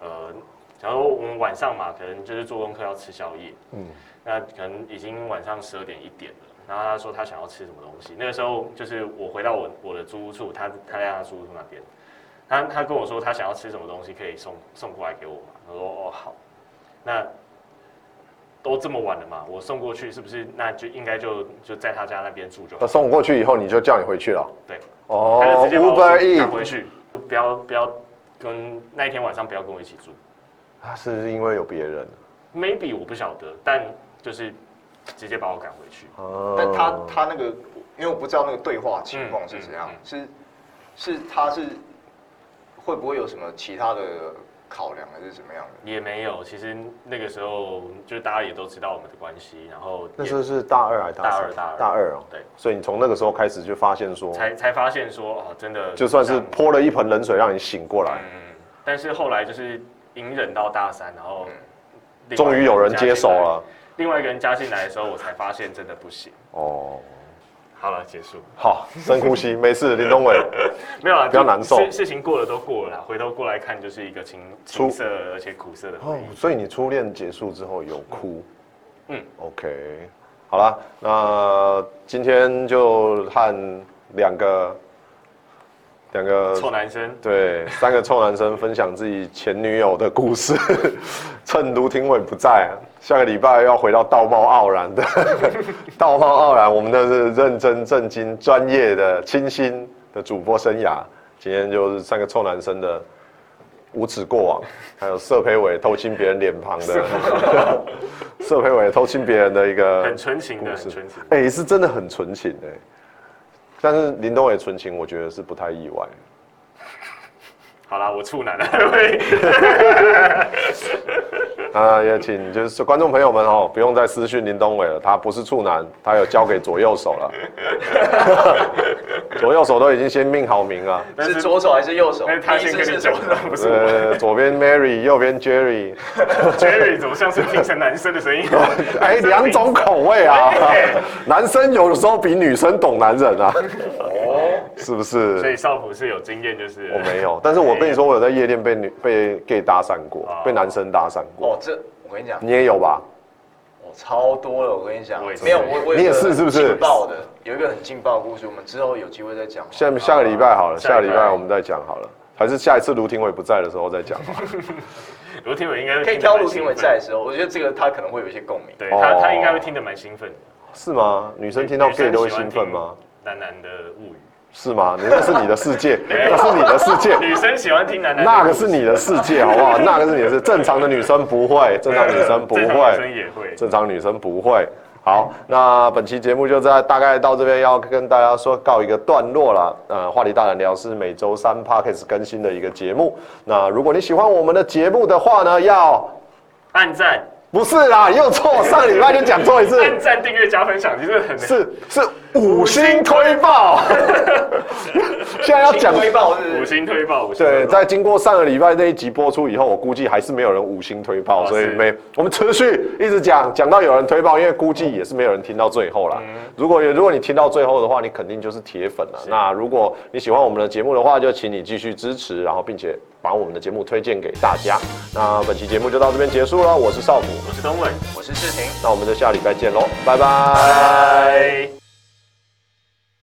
Speaker 2: 呃，假如我们晚上嘛，可能就是做功课要吃宵夜，
Speaker 1: 嗯
Speaker 2: 嗯，那可能已经晚上十二点一点了，然后他说他想要吃什么东西，那个时候就是我回到我我的租屋处，他他在他租屋处那边，他他跟我说他想要吃什么东西可以送送过来给我嘛，我说哦好，那。都这么晚了嘛，我送过去是不是？那就应该就就在他家那边住就好
Speaker 1: 那。送过去以后，你就叫你回去了。
Speaker 2: 对，
Speaker 1: 哦
Speaker 2: 他就直接把我
Speaker 1: Uber
Speaker 2: 赶
Speaker 1: E，
Speaker 2: 回去，不要不要跟那一天晚上不要跟我一起住。
Speaker 1: 他啊是不是因为有别人。
Speaker 2: Maybe 我不晓得，但就是直接把我赶回去。
Speaker 1: 哦
Speaker 3: 但他他那个，因为我不知道那个对话情况是怎样，
Speaker 2: 嗯
Speaker 3: 是是他是会不会有什么其他的考量还是怎么样的？
Speaker 2: 也没有，其实那个时候就大家也都知道我们的关系，然后
Speaker 1: 那
Speaker 2: 也
Speaker 1: 时候是大二还是三
Speaker 2: 大二
Speaker 1: 大
Speaker 2: 大
Speaker 1: 二哦。
Speaker 2: 对，
Speaker 1: 所以你从那个时候开始就发现说，
Speaker 2: 才才发现说哦，真的
Speaker 1: 就算是
Speaker 2: 像
Speaker 1: 泼了一盆冷水让你醒过来，
Speaker 2: 嗯，但是后来就是隐忍到大三，然后另外
Speaker 1: 终
Speaker 2: 一个
Speaker 1: 于有人接手了。
Speaker 2: 加进来。另外一个人加进来的时候，我才发现真的不行。
Speaker 1: 哦，
Speaker 2: 好了，结束。
Speaker 1: 好，深呼吸，没事，林东伟，
Speaker 2: 没有啦，啊
Speaker 1: 比较
Speaker 2: 就
Speaker 1: 难受
Speaker 2: 事事情过了都过了啦，回头过来看就是一个青
Speaker 1: 出
Speaker 2: 青涩而且苦涩的
Speaker 1: 哦
Speaker 2: 回忆，。
Speaker 1: 所以你初恋结束之后有哭？嗯
Speaker 2: 嗯
Speaker 1: ，OK，好了，那今天就和两个两个
Speaker 2: 臭男生，
Speaker 1: 哦对三个臭男生分享自己前女友的故事， *laughs* 趁卢廷伟不在，下个礼拜要回到道貌岸然的 *laughs* 道貌岸然，我们的是认真正经、专业的、清新的主播生涯。今天就是三个臭男生的无耻过往，还有色培伟偷亲别人脸庞的 *laughs* 色培伟偷亲别人的一个
Speaker 2: 很纯情
Speaker 1: 故
Speaker 2: 的，很
Speaker 1: 事
Speaker 2: 纯情。
Speaker 1: 哎、是真的很纯情哎、但是林东伟纯情，我觉得是不太意外。
Speaker 2: 好啦，我处男了， *laughs*
Speaker 1: 那也请就是观众朋友们哦，不用再私讯林东伟了，他不是处男，他有交给左右手了， *laughs* 左右手都已经先命好名了。
Speaker 2: 但
Speaker 3: 是左手还是右手？
Speaker 2: 但是他
Speaker 3: 第一
Speaker 2: 先
Speaker 3: 次
Speaker 2: 跟你
Speaker 3: 是
Speaker 2: 讲
Speaker 3: 左手
Speaker 2: 的，
Speaker 1: *laughs*
Speaker 2: 不是我。
Speaker 1: 呃，左边 Mary，右边 Jerry，
Speaker 2: Jerry 怎么像是精神男生的声音？
Speaker 1: *laughs* 哎，两种口味啊。男生有的时候比女生懂男人啊，是不
Speaker 2: 所以
Speaker 1: 是？
Speaker 2: 少普是有经验，就是
Speaker 1: 我没有，但是我跟你说，我有在夜店被啊女被 gay 搭讪过，被男生搭讪过，
Speaker 3: 哦，这我跟你讲，
Speaker 1: 你也有吧？
Speaker 3: 我超多了，我跟你讲
Speaker 2: 我也，是
Speaker 3: 没有我我有一个
Speaker 1: 你也是是不是
Speaker 3: 劲爆的，有一个很劲爆的故事，我们之后有机会再讲好了。
Speaker 1: 下面下个礼拜好了，
Speaker 2: 下
Speaker 1: 哦下
Speaker 2: 个
Speaker 1: 个
Speaker 2: 礼
Speaker 1: 礼
Speaker 2: 拜
Speaker 1: 拜我们再讲好了，还是下一次卢廷伟不在的时候再讲好了。
Speaker 2: 卢廷伟应该会
Speaker 3: 可
Speaker 2: 听
Speaker 3: 以
Speaker 2: 得
Speaker 3: 挑
Speaker 2: 蛮
Speaker 3: 卢廷
Speaker 2: 兴
Speaker 3: 伟
Speaker 2: 奋
Speaker 3: 在的时候，我觉得这个他可能会有一些共鸣。
Speaker 2: 对他
Speaker 1: 哦
Speaker 2: 他应该会听得蛮兴奋的。
Speaker 1: 是吗？女生听到
Speaker 2: 女生
Speaker 1: gay 都会
Speaker 2: 喜欢
Speaker 1: 兴奋
Speaker 2: 听
Speaker 1: 吗？
Speaker 2: 男男的物语，
Speaker 1: 是吗？你那是你的世
Speaker 2: *laughs*
Speaker 1: 界，
Speaker 2: 没
Speaker 1: 那是你的世界，
Speaker 2: 女生喜欢听男男的
Speaker 1: 那
Speaker 2: 物
Speaker 1: 个
Speaker 2: 语
Speaker 1: 是你啊的世界，好不好？那个是你的世，正常的女生不会，正常女生不
Speaker 2: 正常女
Speaker 1: 会
Speaker 2: 生，也会。
Speaker 1: 正常女生不会。好，那本期节目就在大概到这边要跟大家说告一个段落了。呃，话题大胆聊是每周三 p o d c a s t 更新的一个节目。那如果你喜欢我们的节目的话呢，要
Speaker 2: 按赞、
Speaker 1: 不是啦，又错，上礼拜就讲错一次。
Speaker 2: 按赞、订阅、加分享，其实很
Speaker 1: 是是五星推爆，现在要讲
Speaker 3: 新。微报是
Speaker 2: 五星推爆，五星推
Speaker 1: 对，
Speaker 2: 爆
Speaker 1: 在经过上个礼拜那一集播出以后，我估计还是没有人五星推爆，
Speaker 2: 哦
Speaker 1: 所以
Speaker 2: 是
Speaker 1: 没我们持续一直讲，讲到有人推爆，因为估计也是没有人听到最后啦。如果有，如果你听到最后的话，你肯定就是铁粉了。那如果你喜欢我们的节目的话，就请你继续支持，然后并且把我们的节目推荐给大家。那本期节目就到这边结束了，我是少辅，
Speaker 2: 我是东伟。
Speaker 3: 我是世廷。
Speaker 1: 那我们就下礼拜见喽，拜拜